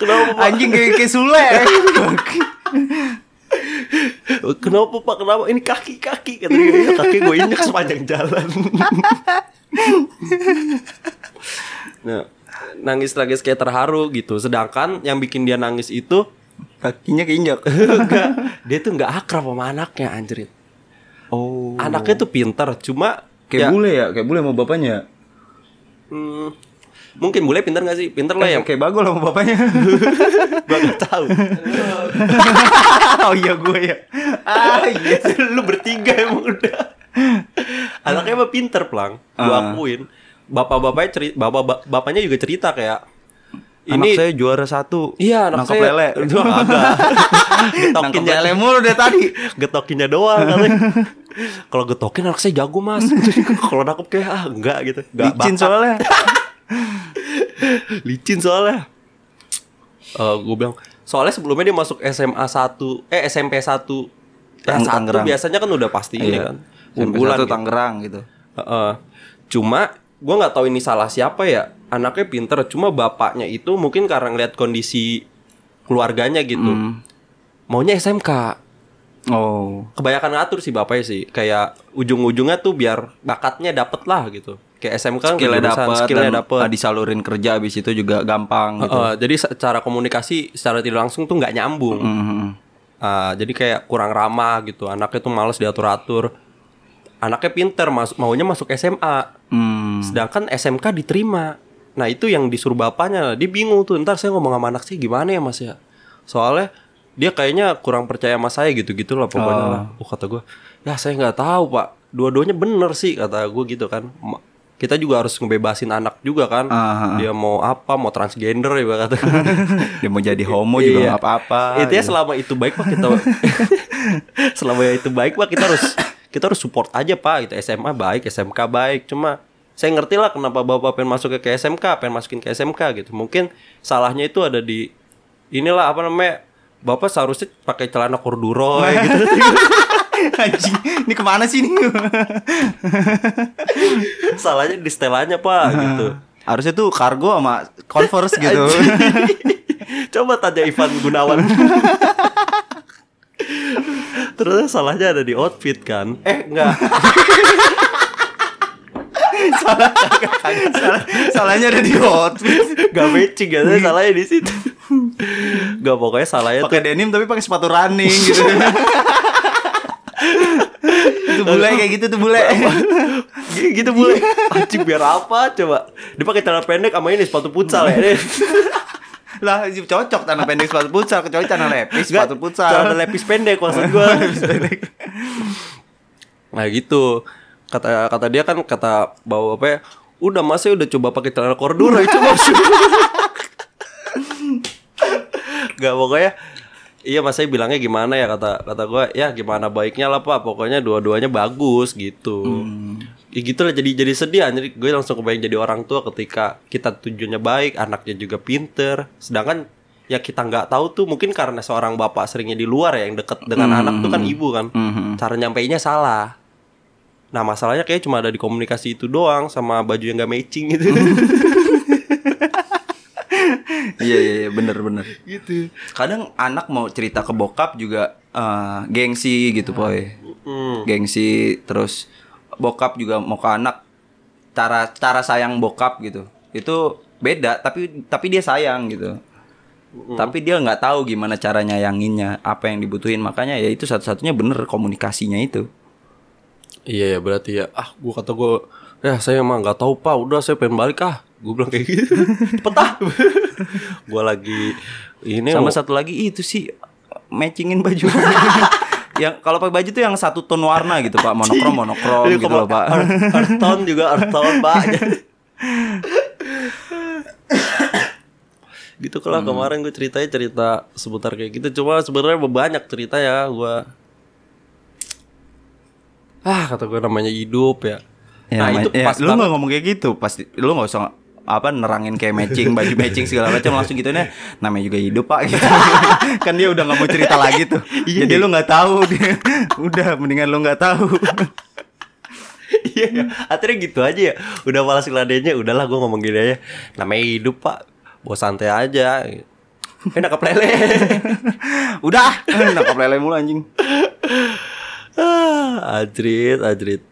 [SPEAKER 1] kenapa pak
[SPEAKER 2] *laughs* anjing kayak kayak sule
[SPEAKER 1] kenapa pak kenapa ini kaki kaki kata dia "Iya, kaki gue injek sepanjang jalan *laughs* nah nangis nangis kayak terharu gitu sedangkan yang bikin dia nangis itu
[SPEAKER 2] kakinya *laughs* keinjak
[SPEAKER 1] enggak dia tuh nggak akrab sama anaknya anjrit
[SPEAKER 2] oh
[SPEAKER 1] anaknya tuh pinter cuma ya,
[SPEAKER 2] kayak bule ya kayak bule sama bapaknya
[SPEAKER 1] hmm, mungkin bule pinter nggak sih pinter
[SPEAKER 2] *laughs*
[SPEAKER 1] lah ya
[SPEAKER 2] Eh, kayak bagol sama bapaknya
[SPEAKER 1] gua nggak tahu
[SPEAKER 2] oh iya gue ya
[SPEAKER 1] ah iya lu bertiga emang udah anaknya emang pinter pelang gua
[SPEAKER 2] Ah.
[SPEAKER 1] akuin bapak-bapaknya cerita bapak ba- bapaknya juga cerita kayak
[SPEAKER 2] ini
[SPEAKER 1] ini
[SPEAKER 2] anak saya juara satu
[SPEAKER 1] iya anak
[SPEAKER 2] *laughs* nangkep
[SPEAKER 1] saya
[SPEAKER 2] lele
[SPEAKER 1] itu agak
[SPEAKER 2] nangkep
[SPEAKER 1] getokin
[SPEAKER 2] lele mulu dari tadi
[SPEAKER 1] getokinnya doang katanya. kalau getokin anak saya jago mas *laughs* kalau nangkep kayak ah enggak gitu enggak
[SPEAKER 2] licin
[SPEAKER 1] bakat.
[SPEAKER 2] soalnya
[SPEAKER 1] licin soalnya Eh gue bilang soalnya sebelumnya dia masuk SMA 1 eh SMP 1 ya,
[SPEAKER 2] Tang-
[SPEAKER 1] satu
[SPEAKER 2] Tangerang.
[SPEAKER 1] biasanya kan udah pasti ini kan
[SPEAKER 2] unggulan
[SPEAKER 1] unggulan
[SPEAKER 2] Iya. satu
[SPEAKER 1] gitu.
[SPEAKER 2] Tangerang gitu
[SPEAKER 1] Heeh. cuma gue nggak tahu ini salah siapa ya anaknya pinter cuma bapaknya itu mungkin karena ngeliat kondisi keluarganya gitu maunya SMK
[SPEAKER 2] oh
[SPEAKER 1] kebanyakan ngatur sih bapaknya sih kayak ujung-ujungnya tuh biar bakatnya dapet lah gitu kayak SMK kan
[SPEAKER 2] skillnya
[SPEAKER 1] kejurusan,
[SPEAKER 2] dapat
[SPEAKER 1] skillnya
[SPEAKER 2] dan,
[SPEAKER 1] dapet
[SPEAKER 2] ah, disalurin kerja abis itu juga gampang gitu
[SPEAKER 1] Heeh, jadi secara komunikasi secara tidak langsung tuh nggak nyambung
[SPEAKER 2] Mhm.
[SPEAKER 1] Ah, jadi kayak kurang ramah gitu anaknya tuh males diatur-atur anaknya pinter mas maunya masuk SMA
[SPEAKER 2] Hmm.
[SPEAKER 1] sedangkan SMK diterima nah itu yang disuruh bapaknya dia bingung tuh ntar saya ngomong sama anak saya gimana ya mas ya soalnya dia kayaknya kurang percaya sama saya gitu gitu lah pokoknya lah oh kata gue ya saya nggak tahu pak dua-duanya bener sih kata gue gitu kan Ma- kita juga harus ngebebasin anak juga kan
[SPEAKER 2] Ah, ah, ah.
[SPEAKER 1] dia mau apa mau transgender ya Pak, kata
[SPEAKER 2] *laughs* dia mau jadi homo juga
[SPEAKER 1] Iya.
[SPEAKER 2] nggak apa-apa
[SPEAKER 1] Intinya selama itu baik pak kita selama itu baik pak kita harus kita harus support aja pak. Itu SMA baik, SMK baik. Cuma saya ngerti lah kenapa bapak pengen masuk ke SMK, pengen masukin ke SMK gitu. Mungkin salahnya itu ada di inilah apa namanya bapak seharusnya pakai celana corduroy gitu.
[SPEAKER 2] *laughs* anjing ini kemana sih ini
[SPEAKER 1] salahnya di setelannya pak gitu.
[SPEAKER 2] harusnya tuh kargo sama converse gitu
[SPEAKER 1] Coba tanya Ivan Gunawan. Terus salahnya ada di outfit kan? Eh enggak.
[SPEAKER 2] Salah- salahnya ada di hot
[SPEAKER 1] Gak matching ya, tapi salahnya di situ. Gak pokoknya salahnya tuh
[SPEAKER 2] pakai denim tapi pakai sepatu running gitu itu bule kayak gitu tuh bule
[SPEAKER 1] G- gitu mulai. Anjing biar apa coba? Dia pakai celana pendek sama ini sepatu futsal ya. Ini.
[SPEAKER 2] lah cocok tanah pendek sepatu futsal kecuali tanah lepis
[SPEAKER 1] Celana
[SPEAKER 2] sepatu futsal
[SPEAKER 1] lepis pendek maksud gua. Nah gitu kata kata dia kan kata bawa apa ya udah mas saya udah coba pakai celana kordura coba Gak pokoknya Iya mas saya bilangnya gimana ya kata kata gue ya gimana baiknya lah pak pokoknya dua-duanya bagus gitu ya gitu lah jadi jadi sedih anjir gue langsung kebayang jadi orang tua ketika kita tujuannya baik anaknya juga pinter sedangkan ya kita nggak tahu tuh mungkin karena seorang bapak seringnya di luar ya yang deket dengan anak tuh kan ibu kan
[SPEAKER 2] Mhm.
[SPEAKER 1] cara nyampeinnya salah nah masalahnya kayak cuma ada di komunikasi itu doang sama baju yang gak matching gitu
[SPEAKER 2] Iya iya iya, bener bener. Gitu. Kadang anak mau cerita ke bokap juga eh, gengsi gitu boy.
[SPEAKER 1] Mm.
[SPEAKER 2] Gengsi terus bokap juga mau ke anak cara cara sayang bokap gitu. Itu beda tapi tapi dia sayang gitu. Tapi dia nggak tahu gimana cara nyayanginnya, apa yang dibutuhin. Makanya ya itu satu-satunya bener komunikasinya itu.
[SPEAKER 1] Iya ya berarti ya ah gua kata gua ya saya emang nggak tahu pak udah saya pengen balik ah gua bilang kayak gitu *laughs* petah gua lagi ini
[SPEAKER 2] Sama
[SPEAKER 1] mau-
[SPEAKER 2] satu lagi itu sih matchingin baju. *laughs* yang kalau pakai baju tuh yang satu ton warna gitu Pak, monokrom monokrom
[SPEAKER 1] Ini
[SPEAKER 2] gitu loh
[SPEAKER 1] Iya, koma-
[SPEAKER 2] Pak.
[SPEAKER 1] Ar- Arton juga Arton pak
[SPEAKER 2] *laughs*
[SPEAKER 1] gitu kalau
[SPEAKER 2] Hmm.
[SPEAKER 1] kemarin gue ceritanya cerita seputar kayak gitu cuma sebenarnya banyak cerita ya gua ah kata gua namanya hidup ya nah
[SPEAKER 2] Ya, ma-
[SPEAKER 1] itu
[SPEAKER 2] ya,
[SPEAKER 1] pas
[SPEAKER 2] lu
[SPEAKER 1] banget.
[SPEAKER 2] nggak ngomong kayak gitu pasti lu nggak usah apa nerangin kayak matching baju matching segala macam langsung gitu nih namanya juga hidup pak *laughs* gitu. kan dia udah nggak mau cerita lagi tuh jadi lu nggak tahu *laughs* dia udah mendingan lu nggak tahu *laughs*
[SPEAKER 1] Iya, ya. akhirnya gitu aja ya. Udah malas ngeladennya, udahlah gue ngomong gini aja. Namanya hidup pak, bawa santai aja. Enak keplele.
[SPEAKER 2] udah nangkap lele mulu anjing
[SPEAKER 1] *laughs* ah, ajrit, ajrit.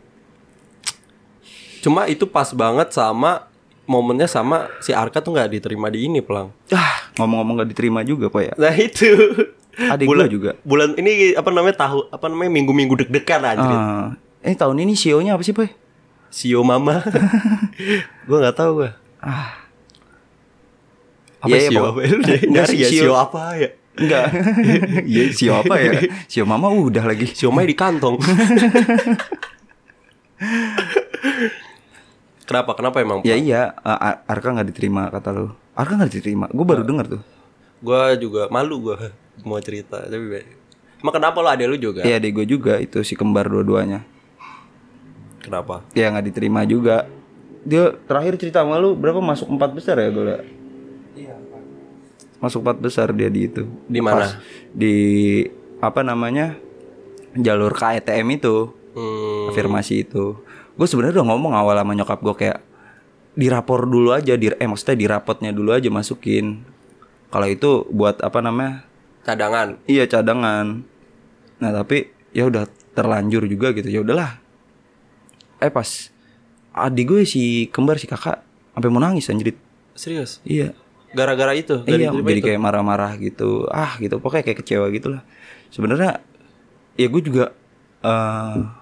[SPEAKER 1] Cuma itu pas banget sama momennya sama si Arka tuh nggak diterima di ini pelang.
[SPEAKER 2] ah ngomong-ngomong nggak diterima juga pak ya
[SPEAKER 1] Nah itu.
[SPEAKER 2] Adik
[SPEAKER 1] bulan
[SPEAKER 2] gua juga.
[SPEAKER 1] Bulan ini apa namanya tahu apa namanya minggu-minggu deg-degan ajrit.
[SPEAKER 2] Ah, eh tahun ini CEO nya apa sih pak
[SPEAKER 1] Sio E
[SPEAKER 2] *laughs*
[SPEAKER 1] mama. gue nggak tahu Ya, gue.
[SPEAKER 2] ah
[SPEAKER 1] Apa
[SPEAKER 2] Iya, iya,
[SPEAKER 1] sio?
[SPEAKER 2] pokok-
[SPEAKER 1] Apa?
[SPEAKER 2] *laughs*
[SPEAKER 1] Lu nyari
[SPEAKER 2] Enggak,
[SPEAKER 1] ya,
[SPEAKER 2] sio.
[SPEAKER 1] sio apa ya? *laughs*
[SPEAKER 2] enggak iya CEO apa ya CEO mama udah lagi
[SPEAKER 1] Siomay E di
[SPEAKER 2] *laughs*
[SPEAKER 1] kantong. kenapa? Kenapa emang?
[SPEAKER 2] ya iya eh, Ar- Arka nggak diterima kata lu Arka nggak diterima gue baru
[SPEAKER 1] Nah.
[SPEAKER 2] denger tuh
[SPEAKER 1] Gue juga malu gue *laughs* mau cerita. Tapi be- emang kenapa lo ada lu juga?
[SPEAKER 2] Iya adek gue juga itu si kembar dua-duanya
[SPEAKER 1] Kenapa?
[SPEAKER 2] Ya nggak diterima juga Dia terakhir cerita sama lu berapa masuk empat besar ya gue Iya Masuk empat besar dia di itu
[SPEAKER 1] Di mana?
[SPEAKER 2] Pas Di apa namanya Jalur KETM itu
[SPEAKER 1] Hmm,
[SPEAKER 2] Afirmasi itu Gue sebenarnya udah ngomong awal sama nyokap gue kayak di rapor dulu aja di eh maksudnya di rapotnya dulu aja masukin kalau itu buat apa namanya
[SPEAKER 1] cadangan.
[SPEAKER 2] Iya cadangan. Nah tapi ya udah terlanjur juga gitu ya udahlah. Eh pas adik gue si kembar si kakak sampai mau nangis anjrit.
[SPEAKER 1] Serius?
[SPEAKER 2] Iya.
[SPEAKER 1] Gara-gara itu?
[SPEAKER 2] Eh, iya
[SPEAKER 1] Gara-gara
[SPEAKER 2] jadi
[SPEAKER 1] itu?
[SPEAKER 2] kayak marah-marah gitu. Ah gitu pokoknya kayak kecewa gitu lah. Sebenarnya ya gue juga eh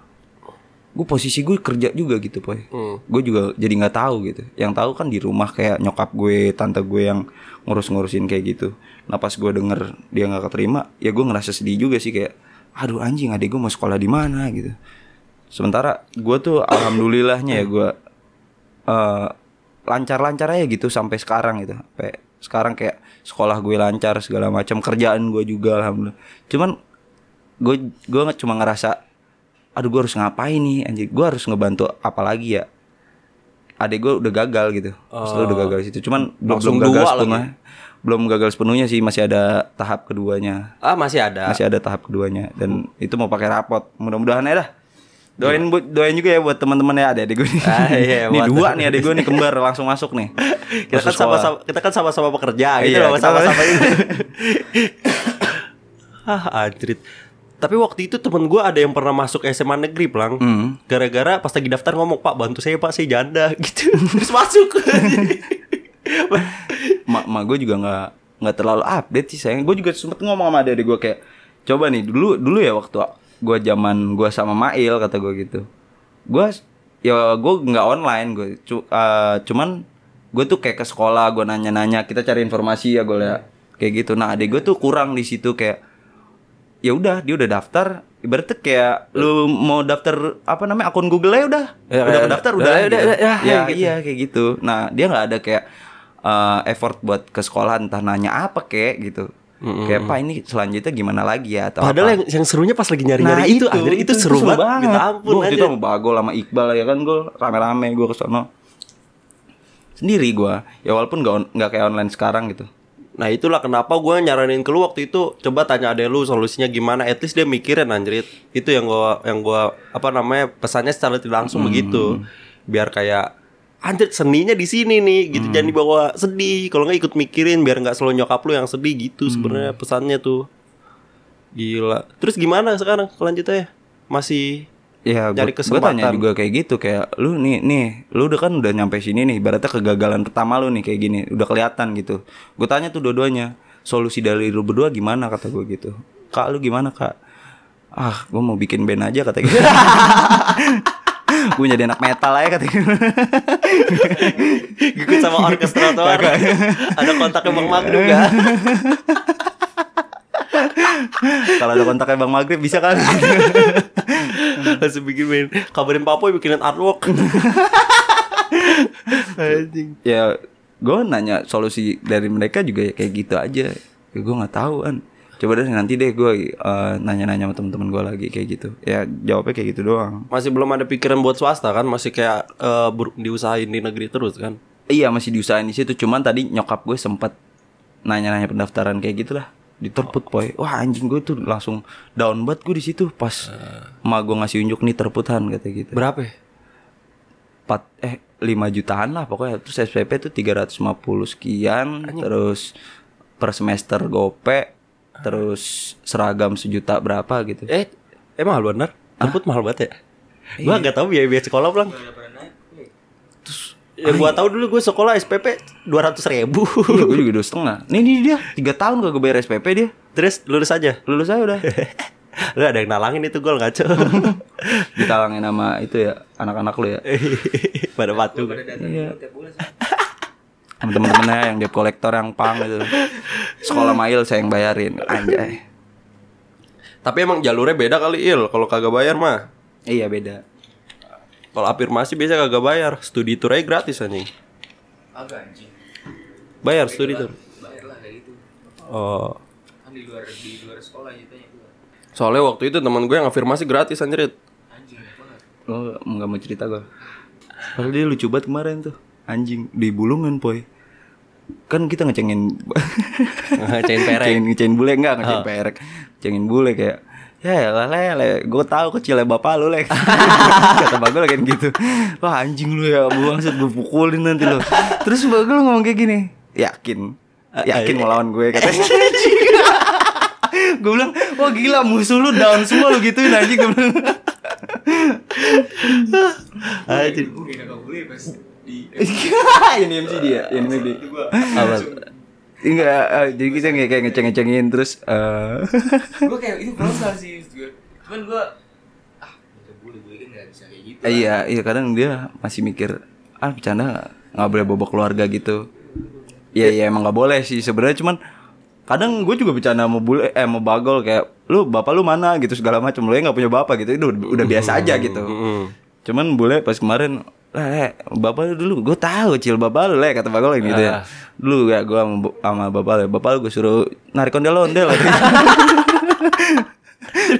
[SPEAKER 2] gue posisi gue kerja juga gitu poy.
[SPEAKER 1] Hmm.
[SPEAKER 2] Gue juga jadi nggak tahu gitu. Yang tahu kan di rumah kayak nyokap gue, tante gue yang ngurus-ngurusin kayak gitu. Nah pas gue denger dia nggak keterima, ya gue ngerasa sedih juga sih kayak, aduh anjing adik gue mau sekolah di mana gitu. Sementara gue tuh alhamdulillahnya ya gue eh, lancar-lancar aja gitu sampai sekarang gitu. Sampai sekarang kayak sekolah gue lancar segala macam kerjaan gue juga alhamdulillah. Cuman gue gue cuma ngerasa aduh gue harus ngapain nih anjir gue harus ngebantu apa lagi ya adek gue udah gagal gitu Maksudnya udah gagal situ cuman belum
[SPEAKER 1] Oh. Langsung
[SPEAKER 2] belum gagal
[SPEAKER 1] dua
[SPEAKER 2] sepenuhnya belum gagal sepenuhnya sih masih ada tahap keduanya
[SPEAKER 1] Ah masih ada.
[SPEAKER 2] masih ada tahap keduanya dan itu mau pakai rapot mudah-mudahan ya dah doain bu- doain juga ya buat teman-teman ya adek gue nih
[SPEAKER 1] Iya. Ah, iya,
[SPEAKER 2] *laughs* Nih,
[SPEAKER 1] buat- *laughs*
[SPEAKER 2] dua nih adek gue nih kembar langsung masuk nih
[SPEAKER 1] Kita kan
[SPEAKER 2] Masuk sekolah.
[SPEAKER 1] sama-sama kita kan sama-sama pekerja gitu
[SPEAKER 2] Iya,
[SPEAKER 1] loh,
[SPEAKER 2] kita-
[SPEAKER 1] sama-sama ini. *coughs* ah, anjrit. Tapi waktu itu temen gue ada yang pernah masuk SMA negeri, Plang.
[SPEAKER 2] Hmm.
[SPEAKER 1] Gara-gara pas lagi daftar ngomong, "Pak, bantu saya, Pak, saya janda." *laughs* gitu. Terus masuk. *laughs*
[SPEAKER 2] mak mak gue juga nggak nggak terlalu update sih sayang gue juga sempet ngomong sama adik gue kayak coba nih dulu dulu ya waktu gue zaman gue sama Mail kata gue gitu gue ya gue nggak online gue cu- eh, cuman gue tuh kayak ke sekolah gue nanya-nanya kita cari informasi ya gue ya kayak gitu nah adik gue tuh kurang di situ kayak ya udah dia udah daftar ibaratnya kayak lu mau daftar apa namanya akun Google aja udah
[SPEAKER 1] Ya,
[SPEAKER 2] udah
[SPEAKER 1] kayak,
[SPEAKER 2] kedaftar
[SPEAKER 1] udah,
[SPEAKER 2] udah
[SPEAKER 1] udah, udah, udah,
[SPEAKER 2] ya,
[SPEAKER 1] ya, gitu.
[SPEAKER 2] iya kayak gitu nah dia nggak ada kayak eh, effort buat ke sekolah entah nanya apa kayak gitu kayak apa ini selanjutnya gimana lagi ya atau
[SPEAKER 1] Padahal
[SPEAKER 2] apa. Nah,
[SPEAKER 1] yang, yang serunya pas lagi nyari-nyari Nah, itu, anjir, itu, seru, banget. Minta ampun
[SPEAKER 2] Gua waktu
[SPEAKER 1] anjir.
[SPEAKER 2] itu sama Bagol sama Iqbal ya kan gue rame-rame gue kesana sendiri gue ya walaupun nggak on- nggak kayak online sekarang gitu
[SPEAKER 1] Nah itulah kenapa gue nyaranin ke lu waktu itu coba tanya ade lu solusinya gimana. At least dia mikirin anjrit. Itu yang gua yang gua apa namanya pesannya secara tidak langsung begitu. Biar kayak anjrit seninya di sini nih gitu jangan dibawa sedih. Kalau nggak ikut mikirin biar nggak selalu nyokap lu yang sedih gitu sebenarnya pesannya tuh. Gila. Terus gimana sekarang kelanjutannya? Masih
[SPEAKER 2] Ya,
[SPEAKER 1] Nyari
[SPEAKER 2] gue tanya
[SPEAKER 1] kesempatan.
[SPEAKER 2] juga kayak gitu kayak lu nih nih, lu udah kan udah nyampe sini nih, ibaratnya kegagalan pertama lu nih kayak gini, udah kelihatan gitu. Gue tanya tuh dua-duanya, solusi dari lu berdua gimana kata gue gitu. Kak lu gimana kak? Ah, gue mau bikin band aja kata gue. *laughs* gue jadi anak metal aja kata gue.
[SPEAKER 1] ikut sama orkestra tuh ada kontaknya Bang Magnum gak?
[SPEAKER 2] *laughs* Kalau ada kontaknya Bang Maghrib bisa kan? kali. *laughs*
[SPEAKER 1] *laughs* Langsung bikin main- kabarin Papoy bikinin artwork. *laughs* Anjing.
[SPEAKER 2] ya gue nanya solusi dari mereka juga ya kayak gitu aja ya, gue nggak tahu kan coba deh nanti deh gue eh, nanya-nanya sama teman-teman gue lagi kayak gitu ya jawabnya kayak gitu doang
[SPEAKER 1] Masih belum ada pikiran buat swasta kan, masih kayak eh, ber- diusahain di negeri terus kan.
[SPEAKER 2] iya masih diusahain di situ cuman tadi nyokap gue sempet nanya-nanya pendaftaran kayak gitulah diterput poy wah anjing gue tuh langsung down banget gue di situ pas emak gue ngasih unjuk nih terputan kata gitu
[SPEAKER 1] Berapa? ya?
[SPEAKER 2] empat eh 5 jutaan lah pokoknya terus SPP tuh 350 sekian terus per semester gope terus seragam sejuta berapa gitu
[SPEAKER 1] Eh, emang mahal bener? Terput mahal banget ya? Gua nggak tahu biaya biaya sekolah pulang. Ya gua tahu dulu gue sekolah SPP 200 ribu *laughs*
[SPEAKER 2] Iya, gue juga dua setengah nih, nih dia tiga tahun gak gue bayar SPP dia
[SPEAKER 1] Terus lulus aja
[SPEAKER 2] lulus aja udah
[SPEAKER 1] Lu ada yang nalangin itu gol ngaco *laughs*
[SPEAKER 2] ditalangin sama itu ya anak-anak lu ya
[SPEAKER 1] Pada batu
[SPEAKER 3] Pada datang
[SPEAKER 2] Iya.
[SPEAKER 3] tiap bulan sih.
[SPEAKER 2] sama temen-temennya yang debt kolektor yang pang gitu sekolah mail saya yang bayarin anjay
[SPEAKER 1] Tapi emang jalurnya beda kali Il Kalau kagak bayar mah
[SPEAKER 2] iya beda
[SPEAKER 1] Kalau afirmasi biasa kagak bayar, studi tour aja gratis anjing.
[SPEAKER 3] Agak anjing.
[SPEAKER 1] Bayar studi tour.
[SPEAKER 3] Bayarlah kayak gitu.
[SPEAKER 1] Oh.
[SPEAKER 3] Kan di luar di luar sekolah jatuhnya gua.
[SPEAKER 1] Soalnya waktu itu teman gue yang afirmasi gratis anjir.
[SPEAKER 3] Anjing banget.
[SPEAKER 2] lo Oh, nggak mau cerita gue padahal dia lucu banget kemarin tuh anjing di bulungan poy kan kita ngecengin
[SPEAKER 1] Ngecein perek.
[SPEAKER 2] ngecengin, ngecengin bule enggak ngecengin perek ngecengin bule kayak ya lah le, le. gue tahu kecilnya bapak lu le kata bagul kayak gitu wah anjing lu ya bangsat gue pukulin nanti lo terus bagul ngomong kayak gini yakin yakin mau lawan gue katanya
[SPEAKER 1] *laughs*
[SPEAKER 2] gue bilang wah gila musuh lu down semua lu gituin anjing gue bilang
[SPEAKER 1] Anjir.
[SPEAKER 3] Gue gak kau beli pas di
[SPEAKER 2] ini MC dia, ya? ini MC dia. Apa? Enggak, eh, jadi kita kayak kayak ngeceng-ngecengin terus eh, *laughs*
[SPEAKER 3] gue kayak itu berasa sih maksud gue. Cuman gue ah udah boleh gue kan gak bisa kayak gitu.
[SPEAKER 2] eh, iya iya kadang dia masih mikir ah bercanda nggak? nggak boleh bobok keluarga gitu. Iya iya emang nggak boleh sih sebenarnya cuman kadang gue juga bercanda mau bule eh mau bagol kayak lu bapak lu mana gitu segala macam lu yang nggak punya bapak gitu itu udah, udah biasa aja gitu cuman bule pas kemarin eh bapak lu dulu gue tahu cil bapak lu le kata bagol gitu ya dulu ya gue sama, sama bapak lu bapak lu gue suruh narik ondel ondel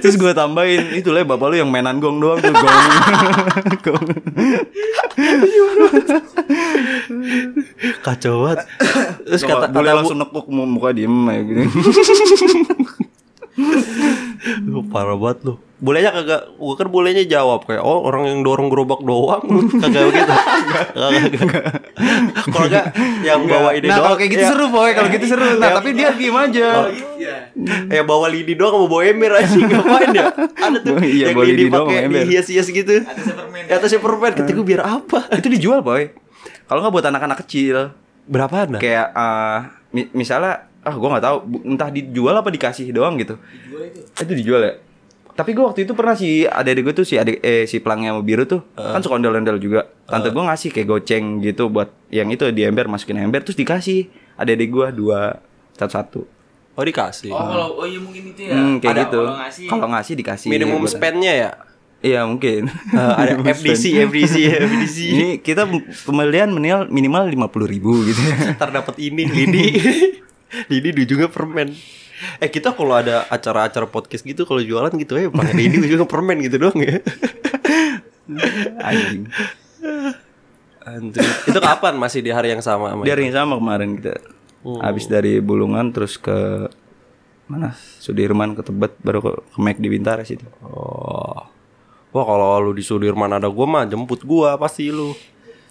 [SPEAKER 2] terus gue tambahin itu le bapak lu yang mainan gong doang tuh gong gong
[SPEAKER 1] *laughs* Kacau banget. Terus kata
[SPEAKER 2] bule
[SPEAKER 1] kata
[SPEAKER 2] langsung nekuk mu- muka diem kayak
[SPEAKER 1] *laughs*
[SPEAKER 2] gitu
[SPEAKER 1] lu parah banget lu. Bolehnya kagak gua kan bolehnya jawab kayak oh orang yang dorong gerobak doang *laughs* lu kagak
[SPEAKER 2] *laughs*
[SPEAKER 1] gitu. Kagak, kagak. Kalau enggak yang bawa ini
[SPEAKER 2] nah
[SPEAKER 1] doang. Iya. Oh.
[SPEAKER 2] kalau kayak gitu
[SPEAKER 1] ya-
[SPEAKER 2] seru boy kalau gitu seru nah tapi dia diem aja
[SPEAKER 3] Iya.
[SPEAKER 1] Ya bawa lidi doang sama bawa ember anjing ngapain ya? Ada tuh
[SPEAKER 2] Iya,
[SPEAKER 1] yang
[SPEAKER 2] bawa
[SPEAKER 1] lidi
[SPEAKER 2] lidi doang
[SPEAKER 1] pakai
[SPEAKER 2] sama ember.
[SPEAKER 1] dihias-hias gitu.
[SPEAKER 3] Atasnya permen.
[SPEAKER 1] Ya atasnya permen kata gue biar apa?
[SPEAKER 2] itu dijual boy kalau nggak buat anak-anak kecil
[SPEAKER 1] Berapaan dah?
[SPEAKER 2] kayak eh, mi- misalnya ah gue nggak tahu bu- entah dijual apa dikasih doang gitu
[SPEAKER 3] Gue itu
[SPEAKER 2] itu dijual ya tapi gue waktu itu pernah si adik gue tuh si adik eh si pelangnya mau biru tuh
[SPEAKER 1] Eh.
[SPEAKER 2] kan suka ondel-ondel juga tante gue ngasih kayak goceng gitu buat yang itu di ember masukin ember terus dikasih adik adik gue dua satu satu
[SPEAKER 1] Oh dikasih.
[SPEAKER 3] Oh, kalau oh iya mungkin itu ya.
[SPEAKER 2] Hmm, kayak
[SPEAKER 3] Ada
[SPEAKER 2] gitu.
[SPEAKER 3] Kalau ngasih
[SPEAKER 2] Kalau ngasih dikasih.
[SPEAKER 1] Minimum
[SPEAKER 2] Buat-
[SPEAKER 1] spend-nya ya.
[SPEAKER 2] Iya mungkin.
[SPEAKER 1] Eh,
[SPEAKER 2] *laughs*
[SPEAKER 1] ada
[SPEAKER 2] Minimum
[SPEAKER 1] FDC,
[SPEAKER 2] spend.
[SPEAKER 1] FDC, FDC.
[SPEAKER 2] Ini kita pembelian minimal minimal lima puluh ribu
[SPEAKER 1] *laughs*
[SPEAKER 2] gitu.
[SPEAKER 1] Ntar dapat *laughs* ini, *laughs* ini. Lidi di ujungnya permen. Eh kita kalau ada acara-acara podcast gitu kalau jualan gitu ya pakai Lidi ujungnya permen gitu doang ya.
[SPEAKER 2] Anjing.
[SPEAKER 1] Anjir. Itu kapan masih di hari yang sama? Mai?
[SPEAKER 2] Di hari yang sama kemarin kita
[SPEAKER 1] Oh.
[SPEAKER 2] habis dari Bulungan terus ke mana? Sudirman ke Tebet baru ke, ke Mac di Bintara situ.
[SPEAKER 1] Oh. Wah kalau lu di Sudirman ada gua mah jemput gua pasti lu.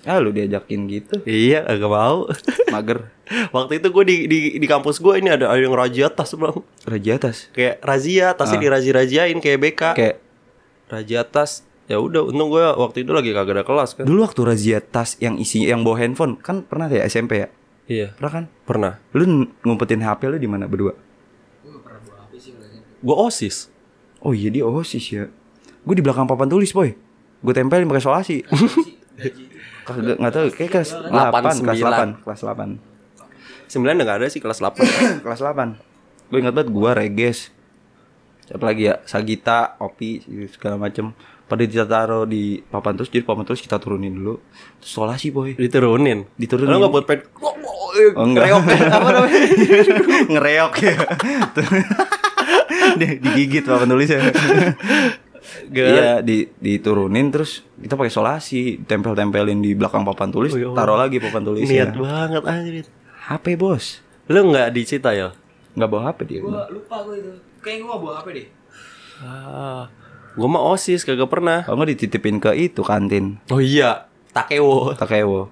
[SPEAKER 2] Ah lu diajakin gitu.
[SPEAKER 1] Iya, agak mau. *laughs*
[SPEAKER 2] Mager.
[SPEAKER 1] Waktu itu gue di, di di kampus gue ini ada ada yang razia tas bang.
[SPEAKER 2] Raja atas.
[SPEAKER 1] Kayak razia tasnya dirazi-raziain kayak BK.
[SPEAKER 2] Kayak
[SPEAKER 1] razia tas. Ya udah, untung gue waktu itu lagi kagak ada kelas kan.
[SPEAKER 2] dulu waktu razia tas yang isi yang bawa handphone kan pernah ya SMP ya?
[SPEAKER 1] Iya,
[SPEAKER 2] Pernah kan?
[SPEAKER 1] pernah.
[SPEAKER 2] Lu n- ngumpetin HP lu di mana berdua?
[SPEAKER 3] Gue nggak pernah buat apa sih kalau ini.
[SPEAKER 1] Gue osis.
[SPEAKER 2] Oh iya di OSIS ya. Gue di belakang papan tulis, boy. Gue tempelin
[SPEAKER 1] *laughs*
[SPEAKER 2] pakai solasi.
[SPEAKER 3] Gaji, gaji itu.
[SPEAKER 2] Kelas- Nggak tahu, kayak kelas
[SPEAKER 1] Delapan,
[SPEAKER 2] 8, kelas
[SPEAKER 1] sembilan.
[SPEAKER 2] 8, kelas 8.
[SPEAKER 1] 9 enggak ada sih kelas 8.
[SPEAKER 2] *clears throat* kelas 8. Gue ingat banget gua Reges. Siapa lagi ya? Sagita, Opi, segala macem. Pada kita taruh di papan tulis, jadi papan tulis kita turunin dulu. Terus solasi, boy.
[SPEAKER 1] Diturunin.
[SPEAKER 2] Diturunin.
[SPEAKER 1] Lo enggak buat pen.
[SPEAKER 2] Oh, enggak.
[SPEAKER 1] Reok apa namanya?
[SPEAKER 2] *laughs* Ngereok ya. Tuh. Di- Digigit papan tulisnya. Iya, di, diturunin terus kita pakai solasi, tempel-tempelin di belakang papan tulis,
[SPEAKER 1] Oh, ya Allah.
[SPEAKER 2] taruh lagi papan tulisnya.
[SPEAKER 1] Niat banget anjir.
[SPEAKER 2] HP, Bos.
[SPEAKER 1] Lo enggak dicita ya?
[SPEAKER 2] Nggak bawa HP dia.
[SPEAKER 3] Gue lupa gue itu. Kayaknya gue mau buat apa deh.
[SPEAKER 1] Ah, gue mah osis kagak pernah.
[SPEAKER 2] Kalau nggak dititipin ke itu kantin
[SPEAKER 1] Oh iya, Takewo.
[SPEAKER 2] Takewo.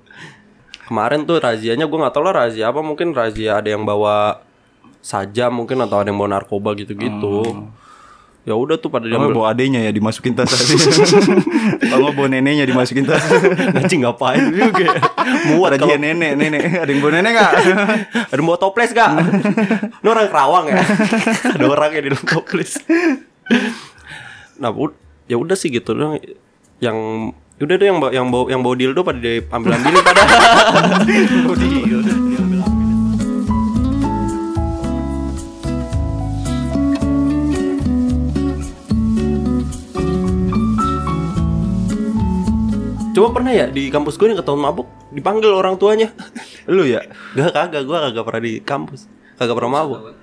[SPEAKER 1] Kemarin tuh razianya gue nggak tahu lah razia apa mungkin razia ada yang bawa sajam mungkin atau ada yang bawa narkoba gitu-gitu. Ya udah tuh pada dia *laughs*
[SPEAKER 2] Kalau nggak bawa adenya ya dimasukin *laughs* tas. Kalau nggak bawa neneknya dimasukin tas.
[SPEAKER 1] ngacing ngapain juga. ya. Muat kalau
[SPEAKER 2] Iya. Ada dia nenek, nenek. Ada yang bawa nenek nggak?
[SPEAKER 1] ada yang bawa toples *laughs* gak? Ini orang Kerawang ya. *laughs* ada orang yang di dalam toples. nah, ud- ya udah sih gitu doang. Yang ya udah tuh yang bawa yang bawa yang bawa dildo pada diambil ambilin pada. Coba pernah ya di kampus gue yang ketahuan mabuk dipanggil orang tuanya. *laughs*
[SPEAKER 2] Lu ya?
[SPEAKER 1] Gak kagak, gue kagak pernah di kampus Kagak pernah mabuk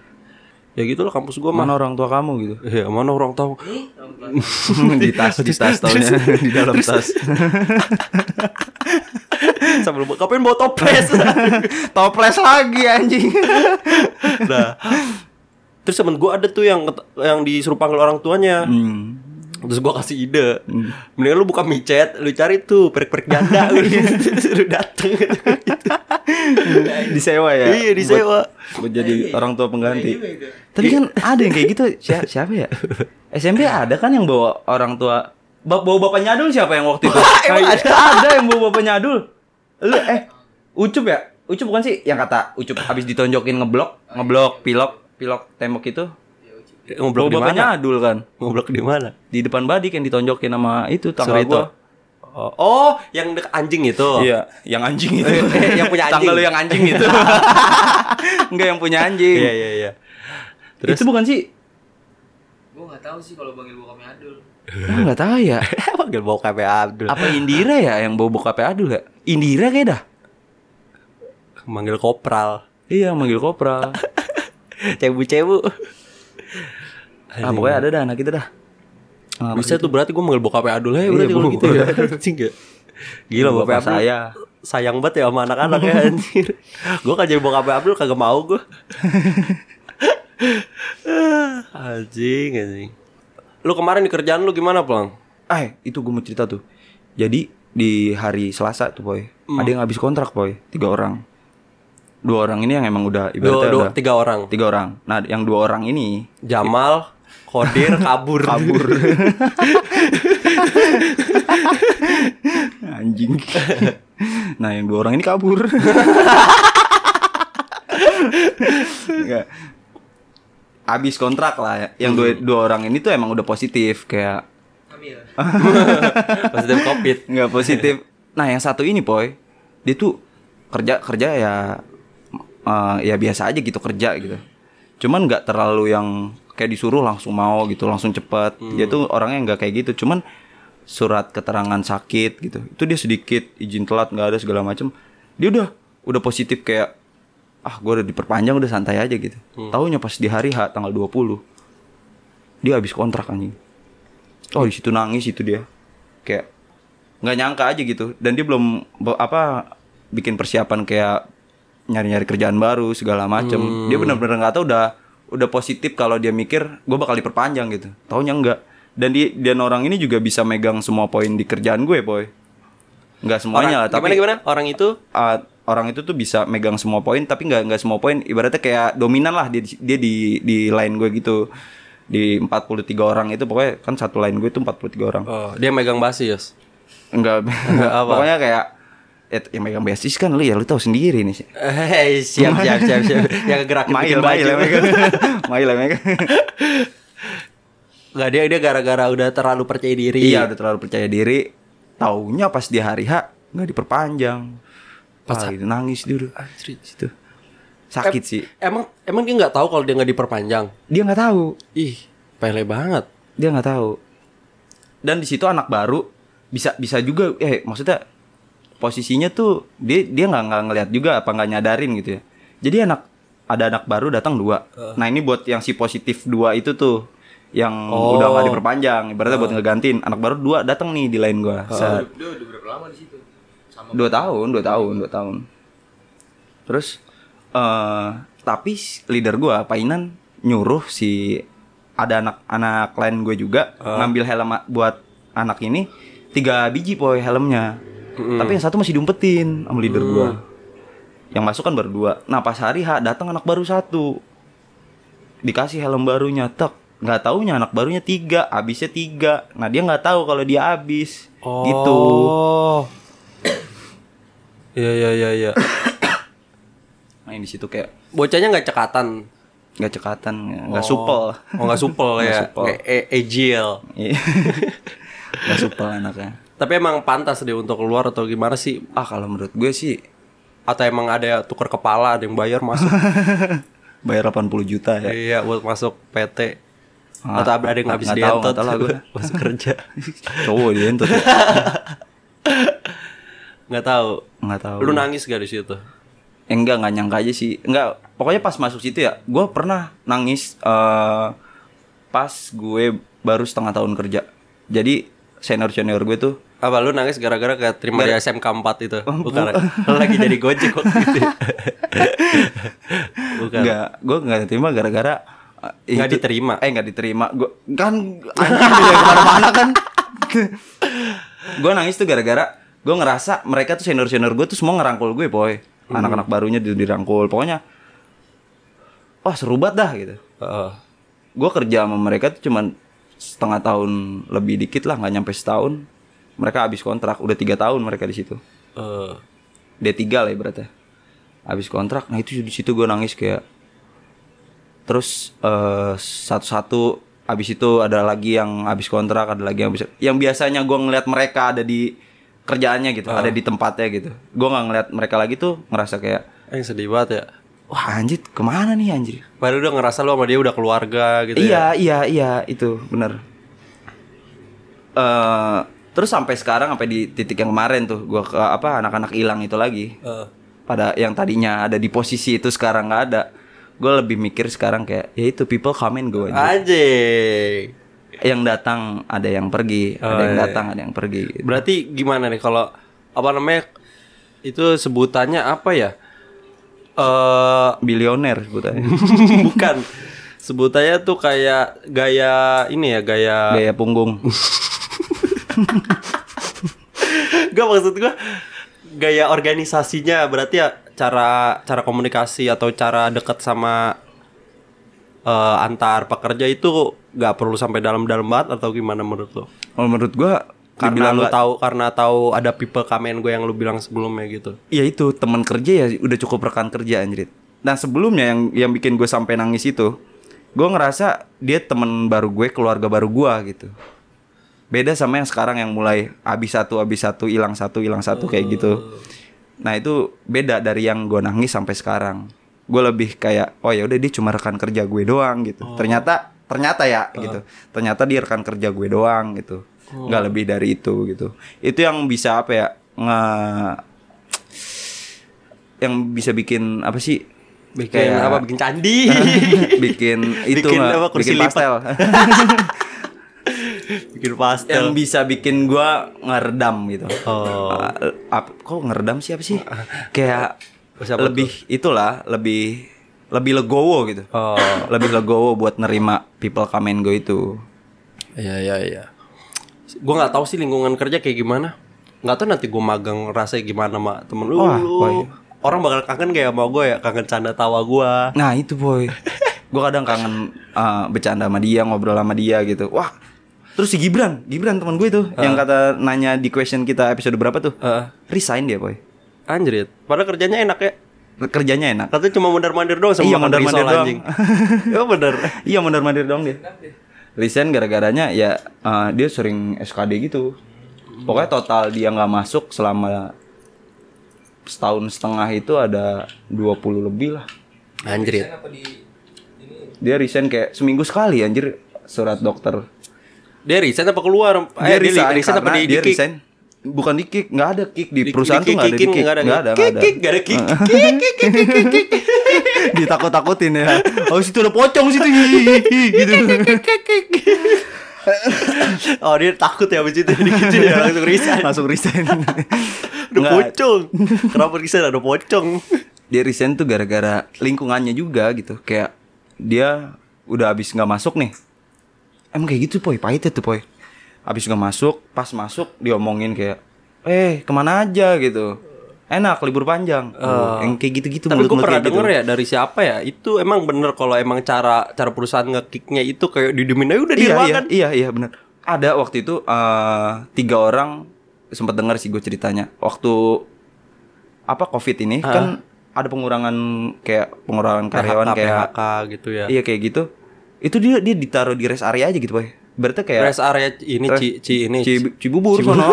[SPEAKER 1] Ya gitu lah kampus gue mah
[SPEAKER 2] Mana orang tua kamu gitu?
[SPEAKER 1] Ya mana orang tahu
[SPEAKER 3] Nih, orang tua.
[SPEAKER 2] *laughs* di tas, di tas taunya. di dalam tas.
[SPEAKER 1] *laughs* Sambil bawa- kapan bawa
[SPEAKER 2] *laughs*
[SPEAKER 1] toples
[SPEAKER 2] *laughs*
[SPEAKER 1] *laughs*
[SPEAKER 2] Toples lagi anjing.
[SPEAKER 1] Nah Terus temen gue ada tuh yang ket- yang disuruh panggil orang tuanya
[SPEAKER 2] Hmm.
[SPEAKER 1] Terus gue kasih ide Mendingan lu buka micet Lu cari tuh perek-perek
[SPEAKER 2] *laughs*
[SPEAKER 1] janda *laughs* Lu dateng
[SPEAKER 2] Disewa ya?
[SPEAKER 1] Iya disewa
[SPEAKER 2] Buat, buat jadi
[SPEAKER 3] Iya,
[SPEAKER 2] orang tua
[SPEAKER 3] iya juga
[SPEAKER 2] pengganti.
[SPEAKER 3] itu.
[SPEAKER 2] Tapi kan ada yang kayak gitu. Sia- siapa ya? SMP ada kan yang bawa orang tua Ba- bawa bapak nyadul siapa yang *laughs* waktu itu?
[SPEAKER 1] emang
[SPEAKER 2] Kayak- ada yang bawa bapak nyadul. Lu eh Ucup ya? Ucup bukan sih yang kata Ucup habis ditonjokin ngeblok, ngeblok pilok, pilok tembok itu.
[SPEAKER 1] Ngoblok di
[SPEAKER 2] bawa bapak
[SPEAKER 1] mana?
[SPEAKER 2] nyadul kan.
[SPEAKER 1] Ngoblok di mana?
[SPEAKER 2] Di depan badik yang ditonjokin sama itu tangga
[SPEAKER 1] Sorry,
[SPEAKER 2] itu.
[SPEAKER 1] Tok. Oh, oh, yang dek anjing itu
[SPEAKER 2] Iya, yang anjing itu.
[SPEAKER 1] Oh. *laughs* Eh, yang punya anjing.
[SPEAKER 2] Tangga lu yang anjing
[SPEAKER 1] *laughs*
[SPEAKER 2] itu. Enggak yang punya anjing.
[SPEAKER 1] Iya iya *laughs* iya Terus?
[SPEAKER 2] Itu bukan sih?
[SPEAKER 3] Gue nggak tahu sih kalau panggil bokapnya Adul.
[SPEAKER 2] Enggak tahu ya.
[SPEAKER 1] *laughs* Panggil bokap ya Abdul
[SPEAKER 2] Apa Indira ya yang bawa bokapnya Adul ya? Indira kayak dah.
[SPEAKER 1] Manggil kopral
[SPEAKER 2] Iya, manggil kopra.
[SPEAKER 1] *laughs* Cebu-cebu
[SPEAKER 2] Ah, pokoknya ada dah anak kita dah. Ah,
[SPEAKER 1] Bisa tuh berarti gue manggil bokapnya Adul ya
[SPEAKER 2] Iya,
[SPEAKER 1] berarti kalau
[SPEAKER 2] bu.
[SPEAKER 1] gitu ya Anjing ya Gila
[SPEAKER 2] Bapak
[SPEAKER 1] bokapnya Abdul
[SPEAKER 2] saya.
[SPEAKER 1] Sayang banget ya sama anak-anak ya
[SPEAKER 2] *laughs*
[SPEAKER 1] anjir Gue kan jadi bokapnya Abdul kagak mau gue Anjing anjing Lu kemarin di kerjaan lu gimana Plang?
[SPEAKER 2] Eh, itu gue mau cerita tuh. Jadi di hari Selasa tuh, boy.
[SPEAKER 1] Hmm.
[SPEAKER 2] Ada yang habis kontrak, boy. Tiga orang. Dua orang ini yang emang udah
[SPEAKER 1] Dua,
[SPEAKER 2] ibaratnya
[SPEAKER 1] dua,
[SPEAKER 2] udah-
[SPEAKER 1] tiga orang
[SPEAKER 2] tiga orang. Nah, yang dua orang ini
[SPEAKER 1] Jamal
[SPEAKER 2] *laughs*
[SPEAKER 1] Kodir kabur
[SPEAKER 2] kabur. Anjing. *laughs* Nah, yang dua orang ini kabur. Enggak. Abis kontrak lah. ya. Yang dua, dua orang ini tuh emang udah positif kayak
[SPEAKER 3] Hamil.
[SPEAKER 1] *laughs* Positif covid
[SPEAKER 2] *laughs* nggak positif. Nah yang satu ini poi, dia tuh kerja kerja ya eh, ya biasa aja gitu kerja gitu. cuman nggak terlalu yang kayak disuruh langsung mau gitu langsung cepat dia tuh orangnya nggak kayak gitu cuman surat keterangan sakit gitu itu dia sedikit izin telat nggak ada segala macem dia udah udah positif kayak ah gue udah diperpanjang udah santai aja gitu Taunya pas di hari H tanggal 20 dia habis kontrak anjing oh di situ nangis itu dia kayak nggak nyangka aja gitu dan dia belum be- apa bikin persiapan kayak nyari-nyari kerjaan baru segala macem
[SPEAKER 1] Hmm.
[SPEAKER 2] dia benar-benar nggak tahu udah udah positif kalau dia mikir gue bakal diperpanjang gitu taunya enggak dan di dan orang ini juga bisa megang semua poin di kerjaan gue boy nggak
[SPEAKER 1] Orang,
[SPEAKER 2] semuanya lah tapi
[SPEAKER 1] gimana gimana? Orang itu
[SPEAKER 2] uh, orang itu tuh bisa megang semua poin tapi nggak nggak semua poin ibaratnya kayak dominan lah dia di- dia di di line gue gitu di 43 orang itu pokoknya kan satu line gue itu 43 orang
[SPEAKER 1] oh, dia megang basi, Yos.
[SPEAKER 2] enggak, *laughs*
[SPEAKER 1] apa?
[SPEAKER 2] pokoknya kayak ya, yang megang basis kan lu ya lu tahu sendiri nih sih
[SPEAKER 1] Eh, siap siap siap *laughs* siap. Yang gerak
[SPEAKER 2] mail mail yang megang *laughs* mail yang megang
[SPEAKER 1] Enggak dia dia gara-gara udah terlalu percaya diri.
[SPEAKER 2] iya udah terlalu percaya diri taunya pas di hari H nggak diperpanjang pas itu nangis dulu situ sakit
[SPEAKER 1] Em-
[SPEAKER 2] sih
[SPEAKER 1] Emang emang dia nggak tahu kalau dia nggak diperpanjang.
[SPEAKER 2] dia nggak tahu
[SPEAKER 1] Ih, pele banget.
[SPEAKER 2] dia nggak tahu dan di situ anak baru bisa bisa juga eh maksudnya posisinya tuh dia dia nggak nggak ngelihat juga apa nggak nyadarin gitu ya jadi anak ada anak baru datang dua nah ini buat yang si positif dua itu tuh yang
[SPEAKER 1] Oh.
[SPEAKER 2] udah nggak diperpanjang ibaratnya buat ngegantiin anak baru dua datang nih di lain gua Set.
[SPEAKER 3] Dia udah berapa lama di situ? Sama
[SPEAKER 2] dua tahun dua tahun dua tahun terus eh tapi s- leader gua Painan nyuruh si ada anak anak lain gue juga ngambil helm a- buat anak ini tiga biji poy helmnya tapi yang satu masih diumpetin sama leader gua yang masuk kan berdua nah pas hari H datang anak baru satu dikasih helm barunya tek nggak taunya anak barunya tiga abisnya tiga nah dia nggak tahu kalau dia abis gitu
[SPEAKER 1] Oh. Iya iya iya iya.
[SPEAKER 2] main Nah, di situ kayak
[SPEAKER 1] Bocahnya nggak cekatan.
[SPEAKER 2] nggak cekatan nggak supel
[SPEAKER 1] Oh, nggak supel
[SPEAKER 2] Nggak
[SPEAKER 1] ya.
[SPEAKER 2] supel.
[SPEAKER 1] Nggak e- ejil.
[SPEAKER 2] *laughs* Iya. *laughs* nggak supel anaknya
[SPEAKER 1] Tapi emang pantas dia untuk keluar atau gimana sih?
[SPEAKER 2] ah kalau menurut gue sih
[SPEAKER 1] Atau emang ada tuker kepala ada yang bayar masuk?
[SPEAKER 2] *laughs* bayar 80 juta ya
[SPEAKER 1] iya, buat masuk PT.
[SPEAKER 2] Ah,
[SPEAKER 1] atau ada yang
[SPEAKER 2] nggak-
[SPEAKER 1] habis
[SPEAKER 2] nggak tahu,
[SPEAKER 1] dientot
[SPEAKER 2] nggak tahu lah gue.
[SPEAKER 1] masuk
[SPEAKER 2] *laughs*
[SPEAKER 1] kerja.
[SPEAKER 2] cowok dia entot ya. *laughs*
[SPEAKER 1] Nggak tahu.
[SPEAKER 2] nggak tahu
[SPEAKER 1] Lu nangis gak di situ?
[SPEAKER 2] Eh, enggak nggak nyangka aja sih enggak pokoknya pas masuk situ ya gue pernah nangis eh, pas gue baru setengah tahun kerja jadi senior senior gue tuh
[SPEAKER 1] Apa lu nangis gara-gara ke terima di SMK 4 itu?
[SPEAKER 2] Oh,
[SPEAKER 1] Bukan.
[SPEAKER 2] *laughs*
[SPEAKER 1] ya? Lu lagi jadi Gojek waktu itu. ya? Bukan.
[SPEAKER 2] Enggak, gue enggak diterima gara-gara eh,
[SPEAKER 1] Nggak
[SPEAKER 2] itu-
[SPEAKER 1] diterima?
[SPEAKER 2] Eh enggak diterima. Gua kan anjing dari kemana-mana kan. *laughs* gue nangis tuh gara-gara gue ngerasa mereka tuh senior-senior gue tuh semua ngerangkul gue, boy.
[SPEAKER 1] Hmm.
[SPEAKER 2] Anak-anak barunya di- dirangkul. Pokoknya wah seru banget dah gitu.
[SPEAKER 1] Heeh.
[SPEAKER 2] Gue kerja sama mereka tuh cuman setengah tahun lebih dikit lah, nggak nyampe setahun. Mereka habis kontrak, udah tiga tahun mereka di situ.
[SPEAKER 1] Eh,
[SPEAKER 2] D3 lah ibaratnya. Habis kontrak, nah itu di situ gue nangis kayak terus eh, satu-satu habis itu ada lagi yang habis kontrak, ada lagi yang habis yang biasanya gue ngeliat mereka ada di kerjaannya gitu,
[SPEAKER 1] Ah.
[SPEAKER 2] ada di tempatnya gitu. Gue nggak ngeliat mereka lagi tuh ngerasa kayak
[SPEAKER 1] yang sedih banget ya.
[SPEAKER 2] wah anjir kemana nih anjir?
[SPEAKER 1] Padahal udah ngerasa lu sama dia udah keluarga gitu ya.
[SPEAKER 2] iya iya iya itu benar. eh terus sampai sekarang sampai di titik yang kemarin tuh gue ke apa anak-anak hilang itu lagi
[SPEAKER 1] Eh,
[SPEAKER 2] pada yang tadinya ada di posisi itu sekarang nggak ada gue lebih mikir sekarang kayak ya itu people come and go aja
[SPEAKER 1] anjing.
[SPEAKER 2] yang datang ada yang pergi ada yang datang ada yang pergi
[SPEAKER 1] Berarti gimana nih kalau apa namanya itu sebutannya apa ya? Eh
[SPEAKER 2] bilioner
[SPEAKER 1] *laughs*
[SPEAKER 2] sebutnya
[SPEAKER 1] bukan. Sebutannya tuh kayak gaya ini ya, gaya
[SPEAKER 2] gaya punggung
[SPEAKER 1] Gak maksud gua gaya organisasinya berarti ya cara cara komunikasi atau cara dekat sama eh, antar pekerja itu nggak perlu sampai dalam-dalam banget atau gimana menurut lo?
[SPEAKER 2] Kalau menurut gue
[SPEAKER 1] Karena lu tahu karena tahu ada people kamen gue yang lu bilang sebelumnya gitu.
[SPEAKER 2] ya itu teman kerja ya udah cukup rekan kerja anjrit nah sebelumnya yang yang bikin gue sampai nangis itu gue ngerasa dia teman baru gue keluarga baru gue gitu beda sama yang sekarang yang mulai abis satu abis satu hilang satu hilang satu kayak gitu nah itu beda dari yang gue nangis sampai sekarang gue lebih kayak oh ya udah dia cuma rekan kerja gue doang gitu ternyata ternyata ya gitu ternyata dia rekan kerja gue doang gitu nggak lebih dari itu gitu itu yang bisa apa ya nge yang bisa bikin apa
[SPEAKER 4] *laughs*
[SPEAKER 2] sih
[SPEAKER 1] bikin
[SPEAKER 2] Kayak-
[SPEAKER 1] apa bikin *laughs* candi
[SPEAKER 2] bikin itu
[SPEAKER 4] Bikin
[SPEAKER 2] nggak?
[SPEAKER 4] apa, kursi
[SPEAKER 2] bikin
[SPEAKER 4] lipat.
[SPEAKER 2] pastel
[SPEAKER 4] bikin pastel
[SPEAKER 2] *laughs* yang bisa bikin gua ngeredam gitu.
[SPEAKER 4] Oh.
[SPEAKER 2] Uh, ap- kok ngeredam sih
[SPEAKER 4] *laughs*
[SPEAKER 2] apa sih? Kayak lebih itulah, lebih lebih legowo gitu.
[SPEAKER 1] Oh.
[SPEAKER 2] *laughs* Lebih legowo buat nerima people come and go itu.
[SPEAKER 1] Iya iya iya. Gue nggak tahu sih lingkungan kerja kayak gimana. Nggak tahu nanti gue magang rasanya gimana sama temen lu.
[SPEAKER 2] Wah, iya.
[SPEAKER 1] Lu-
[SPEAKER 2] boy.
[SPEAKER 1] Orang bakal kangen kayak sama gue ya, kangen canda tawa gue.
[SPEAKER 2] Nah, itu
[SPEAKER 4] *laughs*
[SPEAKER 2] boy. gua kadang kangen uh, bercanda sama dia, ngobrol sama dia gitu. Wah. Terus si Gibran, Gibran teman gue itu
[SPEAKER 4] Ah.
[SPEAKER 2] yang kata nanya di question kita episode berapa tuh?
[SPEAKER 1] Heeh.
[SPEAKER 2] Resign dia, boy.
[SPEAKER 1] Anjrit. Padahal kerjanya enak ya.
[SPEAKER 2] Kerjanya enak.
[SPEAKER 1] Katanya cuma mondar-mandir doang sama
[SPEAKER 2] Iya,
[SPEAKER 1] makan
[SPEAKER 2] mondar-mandir
[SPEAKER 1] risol,
[SPEAKER 2] doang. *laughs*
[SPEAKER 1] anjing. Iya bener.
[SPEAKER 2] Iya mondar mandir dong dia. Resign gara-garanya ya eh, dia sering SKD gitu. Pokoknya total dia nggak masuk selama setahun setengah itu ada 20 lebih lah.
[SPEAKER 1] Anjrit.
[SPEAKER 3] Kenapa di ini
[SPEAKER 2] Dia resign kayak seminggu sekali anjir surat dokter.
[SPEAKER 1] Dia resign apa keluar? Eh, li- apa
[SPEAKER 2] karena
[SPEAKER 1] di,
[SPEAKER 2] dia
[SPEAKER 1] di kick?
[SPEAKER 2] resign bukan di kick, nggak ada kick di,
[SPEAKER 1] Di-
[SPEAKER 2] perusahaan
[SPEAKER 1] di
[SPEAKER 2] tuh nggak ada di
[SPEAKER 1] kicking,
[SPEAKER 2] kick,
[SPEAKER 1] nggak ada,
[SPEAKER 2] nggak ada, nggak ada.
[SPEAKER 1] Kick,
[SPEAKER 2] *laughs*
[SPEAKER 1] nggak ada kick, kick, kick, kick, kick, kick, kick, kick.
[SPEAKER 2] ditakut-takutin ya. Oh situ ada pocong situ hi, hi, hi, gitu. *laughs*
[SPEAKER 4] oh dia takut ya abis itu dikit
[SPEAKER 1] *laughs*
[SPEAKER 4] ya langsung resign
[SPEAKER 2] Langsung resign.
[SPEAKER 4] ada
[SPEAKER 2] Nggak,
[SPEAKER 4] pocong kenapa resign ada pocong
[SPEAKER 2] dia resign tuh gara-gara lingkungannya juga gitu kayak dia udah habis nggak masuk nih emang kayak gitu poy pahit ya tuh poy habis nggak masuk pas masuk diomongin kayak eh kemana aja gitu enak libur panjang Tuh, yang kayak gitu-gitu
[SPEAKER 1] Tapi gue
[SPEAKER 2] mulut-mulut
[SPEAKER 1] pernah
[SPEAKER 2] kayak gitu.
[SPEAKER 1] denger ya dari siapa ya Itu emang bener kalau emang cara cara perusahaan ngekicknya itu Kayak didemin aja udah *laughs* di
[SPEAKER 2] iya, iya,
[SPEAKER 1] ruangan
[SPEAKER 2] iya, iya benar. Ada waktu itu eh, tiga orang sempat dengar sih gue ceritanya. Waktu apa COVID ini kan ada pengurangan kayak pengurangan karyawan
[SPEAKER 1] PHK,
[SPEAKER 2] kayak
[SPEAKER 1] PHK gitu ya
[SPEAKER 2] Iya kayak gitu. Itu dia dia ditaruh di rest area aja gitu, Boy. Berarti kayak
[SPEAKER 1] Rest area ini
[SPEAKER 2] Eh,
[SPEAKER 1] ci, ci ini
[SPEAKER 2] Cib-
[SPEAKER 1] *laughs*
[SPEAKER 2] Cibubur sono.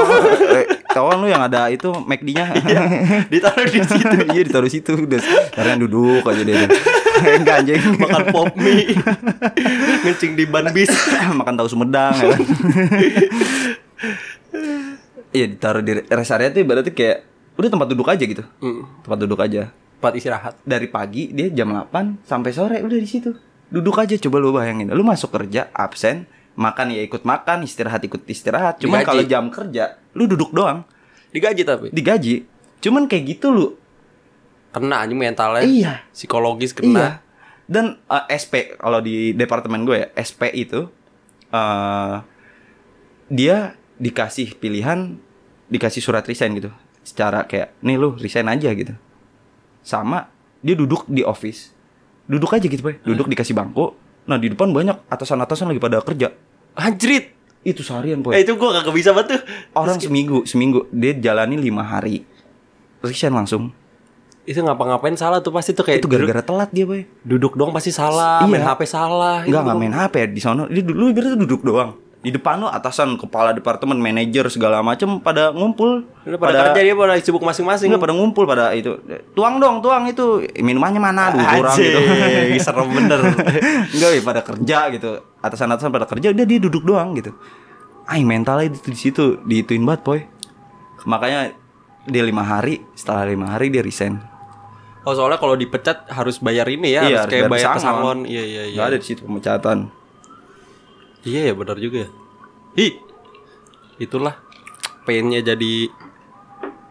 [SPEAKER 2] Eh, Kawan lu yang ada itu McD-nya.
[SPEAKER 4] *laughs*
[SPEAKER 1] Iya.
[SPEAKER 2] *laughs*
[SPEAKER 4] ditaruh di situ
[SPEAKER 2] Iya ditaruh situ udah. Karena duduk aja dia.
[SPEAKER 1] *laughs*
[SPEAKER 2] Enggak anjing.
[SPEAKER 4] makan pop mie ngencing di ban bis
[SPEAKER 2] *laughs* Makan tahu Sumedang ya kan. *laughs* Iya ditaruh di rest area tuh berarti kayak udah tempat duduk aja gitu. Tempat duduk aja.
[SPEAKER 1] Tempat istirahat
[SPEAKER 2] dari pagi dia jam 8 sampai sore udah di situ. Duduk aja coba lu bayangin. Lu masuk kerja absen, makan ya ikut makan, istirahat ikut istirahat. Cuman
[SPEAKER 1] Digaji.
[SPEAKER 2] kalau jam kerja lu duduk doang,
[SPEAKER 1] Digaji tapi
[SPEAKER 2] digaji. Cuman kayak gitu lu.
[SPEAKER 1] Kena anjing mentalnya
[SPEAKER 2] Iya.
[SPEAKER 1] Psikologis kena
[SPEAKER 2] Iya. Dan eh, SP kalau di departemen gue ya, SP itu eh dia dikasih pilihan, dikasih surat resign gitu. Secara kayak nih lu resign aja gitu. Sama dia duduk di office. Duduk aja gitu, Boy. Duduk dikasih bangku. Nah, di depan banyak atasan-atasan lagi pada kerja.
[SPEAKER 1] Anjrit
[SPEAKER 2] Itu seharian, Boy.
[SPEAKER 4] eh, itu gua kagak bisa banget tuh
[SPEAKER 2] Orang seminggu, seminggu dia jalani lima hari. Resign langsung.
[SPEAKER 1] Itu ngapa-ngapain salah tuh pasti tuh kayak
[SPEAKER 2] Itu gara-gara telat dia, Boy.
[SPEAKER 1] Duduk dong pasti salah
[SPEAKER 2] Iya.
[SPEAKER 1] Main HP salah
[SPEAKER 2] Enggak,
[SPEAKER 1] Itu
[SPEAKER 2] enggak
[SPEAKER 1] dong.
[SPEAKER 2] main HP ya di sono. Dia dulu ibaratnya duduk doang. Di depan lo atasan, kepala departemen, manajer segala macem pada ngumpul.
[SPEAKER 1] Udah pada, kerja dia pada sibuk masing-masing
[SPEAKER 2] Enggak, pada ngumpul pada itu. Tuang dong, tuang itu. Minumannya mana? Aduh, kurang
[SPEAKER 4] Anjing,
[SPEAKER 2] gitu.
[SPEAKER 4] serem bener
[SPEAKER 2] *laughs* Enggak, ya, pada kerja gitu. Atasan-atasan pada kerja, udah dia duduk doang gitu. Ay, mentalnya itu di situ diituin banget, boy. Makanya dia lima hari, setelah lima hari dia resign.
[SPEAKER 1] Oh soalnya kalau dipecat harus bayar ini ya Harus kayak bayar ke salon Iya iya iya
[SPEAKER 2] Enggak ada di situ pemecatan.
[SPEAKER 1] Iya ya benar juga ya. Hi. Itulah pengennya jadi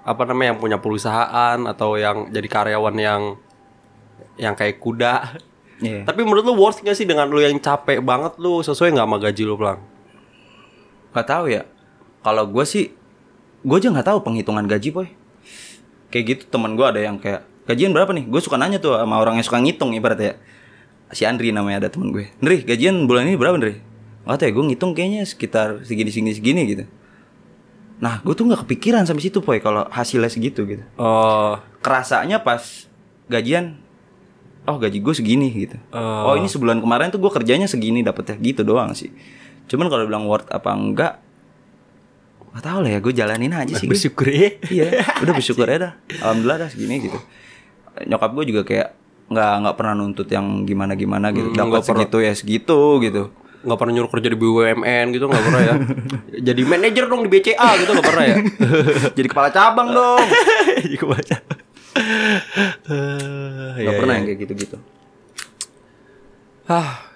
[SPEAKER 1] apa namanya yang punya perusahaan atau yang jadi karyawan yang yang kayak kuda.
[SPEAKER 2] Iya.
[SPEAKER 1] Tapi menurut lu worth gak sih dengan lu yang capek banget lu sesuai nggak sama gaji lu pelang?
[SPEAKER 2] Gak tahu ya. Kalau gue sih, gue aja nggak tahu penghitungan gaji, boy. Kayak gitu teman gue ada yang kayak gajian berapa nih? Gue suka nanya tuh sama orang yang suka ngitung ibaratnya. ya. Si Andri namanya ada teman gue. Andri, gajian bulan ini berapa, Andri? Gak tahu ya, gue ngitung kayaknya sekitar segini segini segini gitu. Nah, gue tuh nggak kepikiran sampai situ, boy. Kalau hasilnya segitu gitu.
[SPEAKER 1] Oh,
[SPEAKER 2] Kerasanya pas gajian, oh gaji gue segini gitu.
[SPEAKER 1] Oh.
[SPEAKER 2] Oh ini sebulan kemarin tuh gue kerjanya segini dapetnya gitu doang sih. Cuman kalau bilang worth apa enggak, nggak tahu lah ya gue jalanin aja sih. gue.
[SPEAKER 1] bersyukur ya. *laughs*
[SPEAKER 2] Iya, udah bersyukur ya dah. Alhamdulillah dah segini gitu. Nyokap gue juga kayak nggak nggak pernah nuntut yang gimana gimana gitu dapat
[SPEAKER 1] Hmm, nggak pernah.
[SPEAKER 2] segitu ya segitu
[SPEAKER 1] *laughs*
[SPEAKER 2] gitu
[SPEAKER 1] nggak pernah nyuruh kerja di BUMN gitu nggak pernah *laughs* ya jadi manajer dong di BCA gitu nggak pernah ya
[SPEAKER 2] jadi kepala cabang dong
[SPEAKER 1] *laughs* jadi kebaca nggak
[SPEAKER 2] nggak pernah yang
[SPEAKER 1] iya.
[SPEAKER 2] kayak gitu gitu
[SPEAKER 1] ah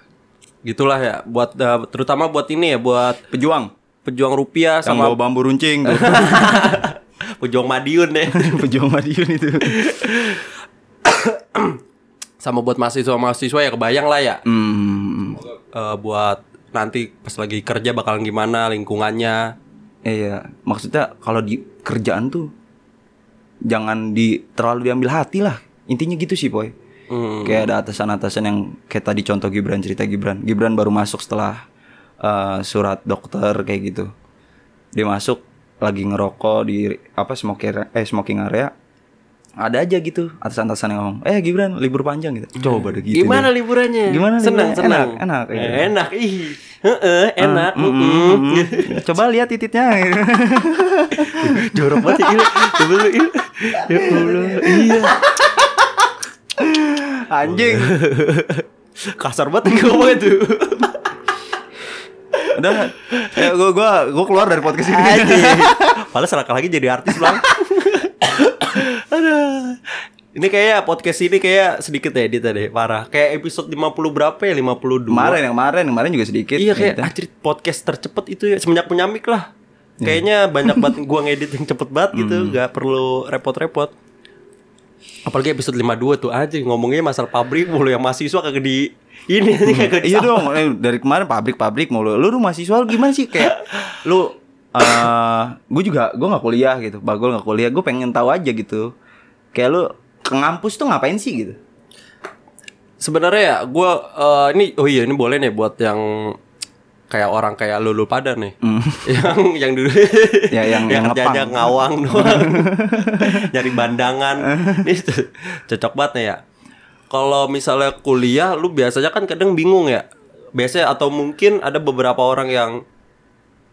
[SPEAKER 1] gitulah ya buat eh, terutama buat ini ya buat
[SPEAKER 2] pejuang
[SPEAKER 1] pejuang rupiah
[SPEAKER 2] yang
[SPEAKER 1] sama
[SPEAKER 2] bawa bambu runcing
[SPEAKER 1] *laughs*
[SPEAKER 2] tuh
[SPEAKER 1] pejuang Madiun ya. deh
[SPEAKER 2] pejuang Madiun itu
[SPEAKER 1] sama buat mahasiswa-mahasiswa ya kebayang lah ya
[SPEAKER 2] hmm,
[SPEAKER 1] Eh, buat nanti pas lagi kerja bakalan gimana lingkungannya
[SPEAKER 2] iya maksudnya kalau di kerjaan tuh jangan di terlalu diambil hati lah intinya gitu sih boy
[SPEAKER 1] Hmm.
[SPEAKER 2] kayak ada atasan-atasan yang kayak tadi contoh Gibran cerita Gibran Gibran baru masuk setelah eh, surat dokter kayak gitu dia masuk lagi ngerokok di apa smoker eh smoking area ada aja gitu atasan-atasan yang ngomong eh Gibran libur panjang gitu coba deh gitu
[SPEAKER 1] gimana
[SPEAKER 2] deh.
[SPEAKER 1] liburannya
[SPEAKER 2] Gimana
[SPEAKER 1] senang
[SPEAKER 2] liburannya?
[SPEAKER 1] senang
[SPEAKER 2] Enak, enak,
[SPEAKER 1] Eh,
[SPEAKER 2] iya.
[SPEAKER 1] enak ih Heeh, enak
[SPEAKER 2] Mm, mm,
[SPEAKER 1] mm-mm. *laughs*
[SPEAKER 2] mm, mm. coba lihat titiknya *laughs*
[SPEAKER 1] jorok banget ya gila. Coba lu, gila. ya Allah iya
[SPEAKER 2] anjing
[SPEAKER 1] kasar banget gue ngomongnya tuh
[SPEAKER 2] udah nggak? ya, gua, gua gua keluar dari podcast ini
[SPEAKER 1] *laughs* Padahal selaka lagi jadi artis bang *coughs* Aduh. Ini kayak podcast ini kayak sedikit ya Dita deh Parah Kayak episode 50 berapa ya 52
[SPEAKER 2] kemarin yang kemarin kemarin juga sedikit
[SPEAKER 1] Iya kayak
[SPEAKER 2] Gitu.
[SPEAKER 1] anjir podcast tercepet itu ya Semenjak penyamik lah Kayaknya banyak banget gua ngedit yang cepet banget gitu Gak perlu repot-repot Apalagi episode 52 tuh aja Ngomongnya masalah pabrik mulu Yang mahasiswa kagak di Ini *laughs* aja kagak di
[SPEAKER 2] Iya dong, eh, dari kemarin pabrik-pabrik mulu. Lu, lu mahasiswa lu gimana sih kayak lu eh gue juga gue nggak kuliah gitu. Bagol nggak kuliah, gue pengen tahu aja gitu. Kayak lu ke ngampus tuh ngapain sih gitu?
[SPEAKER 1] Sebenarnya ya, gue ini oh iya ini boleh nih buat yang kayak orang kayak lulu pada nih, *laughs* yang yang dulu
[SPEAKER 2] Hmm. Ya,
[SPEAKER 1] *laughs*
[SPEAKER 2] yang- yang
[SPEAKER 1] kerjanya
[SPEAKER 2] ngepang.
[SPEAKER 1] ngawang
[SPEAKER 2] *laughs*
[SPEAKER 1] doang, nyari bandangan, ini *laughs* c- cocok banget nih ya. Kalau misalnya kuliah, lu biasanya kan kadang bingung ya, biasanya atau mungkin ada beberapa orang yang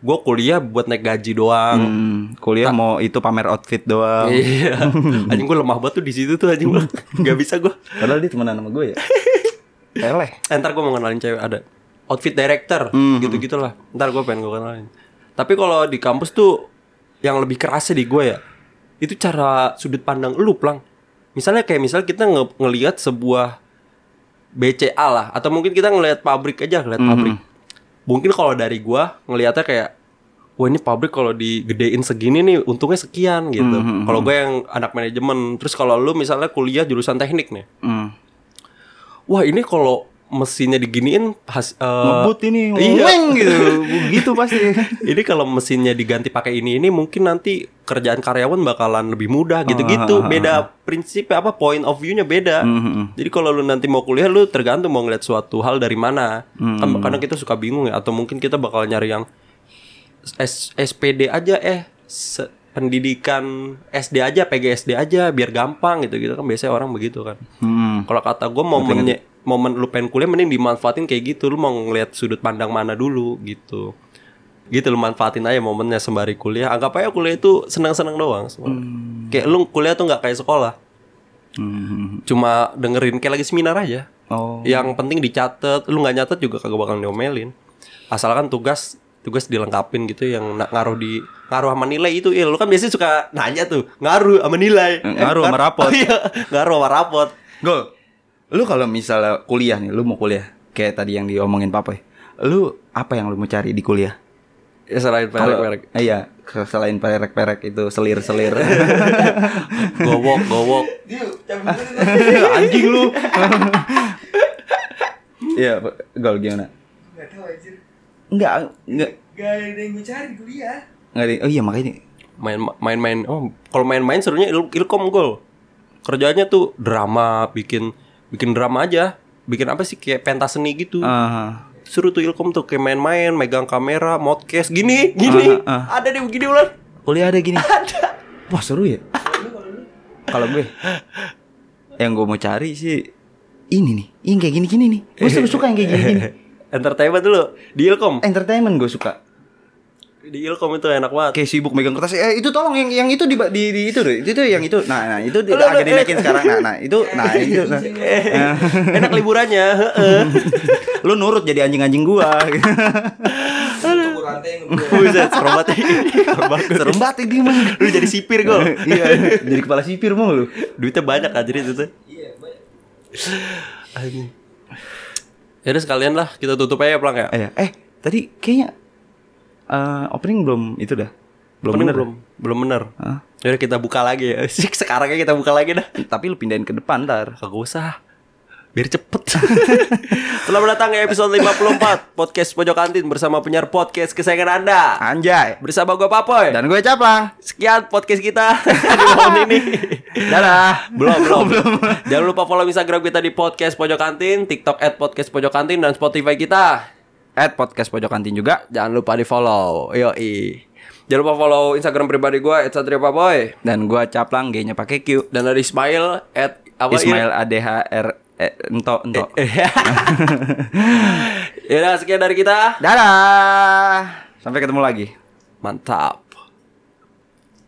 [SPEAKER 1] gue kuliah buat naik gaji doang,
[SPEAKER 2] Hmm, kuliah mau itu pamer outfit doang.
[SPEAKER 1] *laughs*
[SPEAKER 2] *laughs*
[SPEAKER 1] Iya. anjing gue lemah banget tuh di situ tuh anjing *laughs* gue. Gak bisa gue.
[SPEAKER 2] Padahal dia temenan sama gue ya. Eleh.
[SPEAKER 1] Eh, ntar gue mau kenalin cewek ada outfit director gitu gitulah ntar gue pengen gue kenalin tapi kalau di kampus tuh yang lebih kerasa di gue ya itu cara sudut pandang lu plang misalnya kayak misalnya kita nge- ngelihat sebuah BCA lah atau mungkin kita ngelihat pabrik aja ngelihat pabrik mungkin kalau dari gue ngelihatnya kayak Wah ini pabrik kalau digedein segini nih untungnya sekian gitu. Kalau gue yang anak manajemen, terus kalau lu misalnya kuliah jurusan teknik nih,
[SPEAKER 2] Hmm.
[SPEAKER 1] wah ini kalau mesinnya diginiin has, eh,
[SPEAKER 2] Ngebut ini,
[SPEAKER 1] iya.
[SPEAKER 2] ngeweng *laughs* gitu. Gitu pasti.
[SPEAKER 1] ini kalau mesinnya diganti pakai ini ini mungkin nanti kerjaan karyawan bakalan lebih mudah gitu-gitu beda prinsip apa point of view-nya beda
[SPEAKER 2] Mhm.
[SPEAKER 1] jadi kalau lu nanti mau kuliah lu tergantung mau ngeliat suatu hal dari mana kan kadang kita suka bingung ya atau mungkin kita bakal nyari yang S- SPD aja eh se- pendidikan SD aja PGSD aja biar gampang gitu gitu kan biasanya orang begitu kan
[SPEAKER 2] Hmm.
[SPEAKER 1] kalau kata gue momennya momen lu pengen kuliah mending dimanfaatin kayak gitu lu mau ngeliat sudut pandang mana dulu gitu gitu lu manfaatin aja momennya sembari kuliah anggap aja kuliah itu senang-senang doang sebenarnya. kayak lu kuliah tuh nggak kayak sekolah
[SPEAKER 2] Hmm.
[SPEAKER 1] cuma dengerin kayak lagi seminar aja
[SPEAKER 2] Oh.
[SPEAKER 1] yang penting dicatat lu nggak nyatet juga kagak bakal diomelin asalkan tugas tugas dilengkapin gitu yang na- ngaruh di ngaruh sama nilai itu ya lu kan biasanya suka nanya tuh ngaruh sama nilai
[SPEAKER 2] Eh, ngaruh sama
[SPEAKER 1] Ngar-
[SPEAKER 2] rapot.
[SPEAKER 1] Oh, *laughs* iya, ngaruh sama rapot
[SPEAKER 2] Gol, lu kalau misalnya kuliah nih, lu mau kuliah kayak tadi yang diomongin papa, ya, lu apa yang lu mau cari di kuliah?
[SPEAKER 1] ya selain
[SPEAKER 2] Kalau-
[SPEAKER 1] perek-perek
[SPEAKER 2] Eh, Iya, selain perek-perek itu *laughs* selir-selir.
[SPEAKER 1] gowok gowok
[SPEAKER 3] Dia
[SPEAKER 2] Ah.
[SPEAKER 3] cabut dulu tuh.
[SPEAKER 2] Ya, Anjing lu. Iya, gol gimana?
[SPEAKER 3] Gak tau anjir.
[SPEAKER 2] Enggak, enggak.
[SPEAKER 3] Gak ada yang gue cari kuliah.
[SPEAKER 2] Enggak, ada- oh iya makanya
[SPEAKER 1] main main main oh kalau main main serunya il, ilkom gol kerjanya tuh drama bikin bikin drama aja bikin apa sih kayak pentas seni gitu
[SPEAKER 2] Ah,
[SPEAKER 1] suruh tuh ilkom tuh kayak main-main megang kamera modcast gini gini
[SPEAKER 2] Ah,
[SPEAKER 1] ada deh begini ulan
[SPEAKER 2] kuliah ada
[SPEAKER 1] *laughs*
[SPEAKER 2] gini. Wah, seru ya. Kalau gue yang gue mau cari sih ini nih, ini kayak gini-gini nih.
[SPEAKER 1] *laughs*
[SPEAKER 2] Gue suka suka yang kayak gini-gini.
[SPEAKER 1] entertainment dulu di ilkom
[SPEAKER 2] Entertainment gue suka.
[SPEAKER 1] di ilkom itu enak banget
[SPEAKER 2] kayak sibuk megang kertas eh itu tolong yang yang itu di di, di itu deh itu tuh yang itu nah nah itu di- agak dinaikin sekarang nah nah itu nah itu nah.
[SPEAKER 1] *laughs* enak liburannya heeh.
[SPEAKER 2] *laughs* lu nurut jadi anjing-anjing
[SPEAKER 1] *laughs*
[SPEAKER 2] gua
[SPEAKER 3] Tunggu rantai yang ngebuat.
[SPEAKER 1] buset serem banget
[SPEAKER 2] serem banget ini mah
[SPEAKER 1] lu jadi sipir gol
[SPEAKER 2] *laughs* iya jadi kepala sipir mau lu
[SPEAKER 1] duitnya banyak anjir itu tuh
[SPEAKER 3] Iya, banyak.
[SPEAKER 1] Anjing. ya udah sekalian lah kita tutup aja pelang ya
[SPEAKER 2] eh, eh tadi kayaknya eh, opening belum itu dah belum
[SPEAKER 1] Opening
[SPEAKER 2] bener ya? *laughs* Iya,
[SPEAKER 1] belum belum bener
[SPEAKER 2] Hah?
[SPEAKER 1] ya udah kita buka lagi ya Sik, sekarang aja kita buka lagi dah
[SPEAKER 2] tapi lu pindahin ke depan ntar
[SPEAKER 1] Kagak usah Biar cepet *laughs* Selamat datang ke episode 54 Podcast Pojok Kantin Bersama penyiar podcast kesayangan anda
[SPEAKER 2] anjay
[SPEAKER 1] Bersama gue Papoy
[SPEAKER 2] dan gue caplang
[SPEAKER 1] Sekian podcast kita *laughs* Di tahun ini
[SPEAKER 2] dadah
[SPEAKER 1] *laughs* belum, belum, Jangan lupa follow Instagram kita di podcast Pojok Kantin TikTok at podcast Pojok Kantin Dan Spotify kita
[SPEAKER 2] at podcast pojok kantin juga
[SPEAKER 1] Jangan lupa di follow Yoi Jangan lupa follow Instagram pribadi gue At Satria Papoy
[SPEAKER 2] dan gue caplang g-nya pakai q
[SPEAKER 1] Dan dari Ismail At apa ya?
[SPEAKER 2] Ismail ADHR iya? eh, ento ento
[SPEAKER 1] Yaudah Ya, sekian dari kita
[SPEAKER 2] dadah sampai ketemu lagi
[SPEAKER 1] Mantap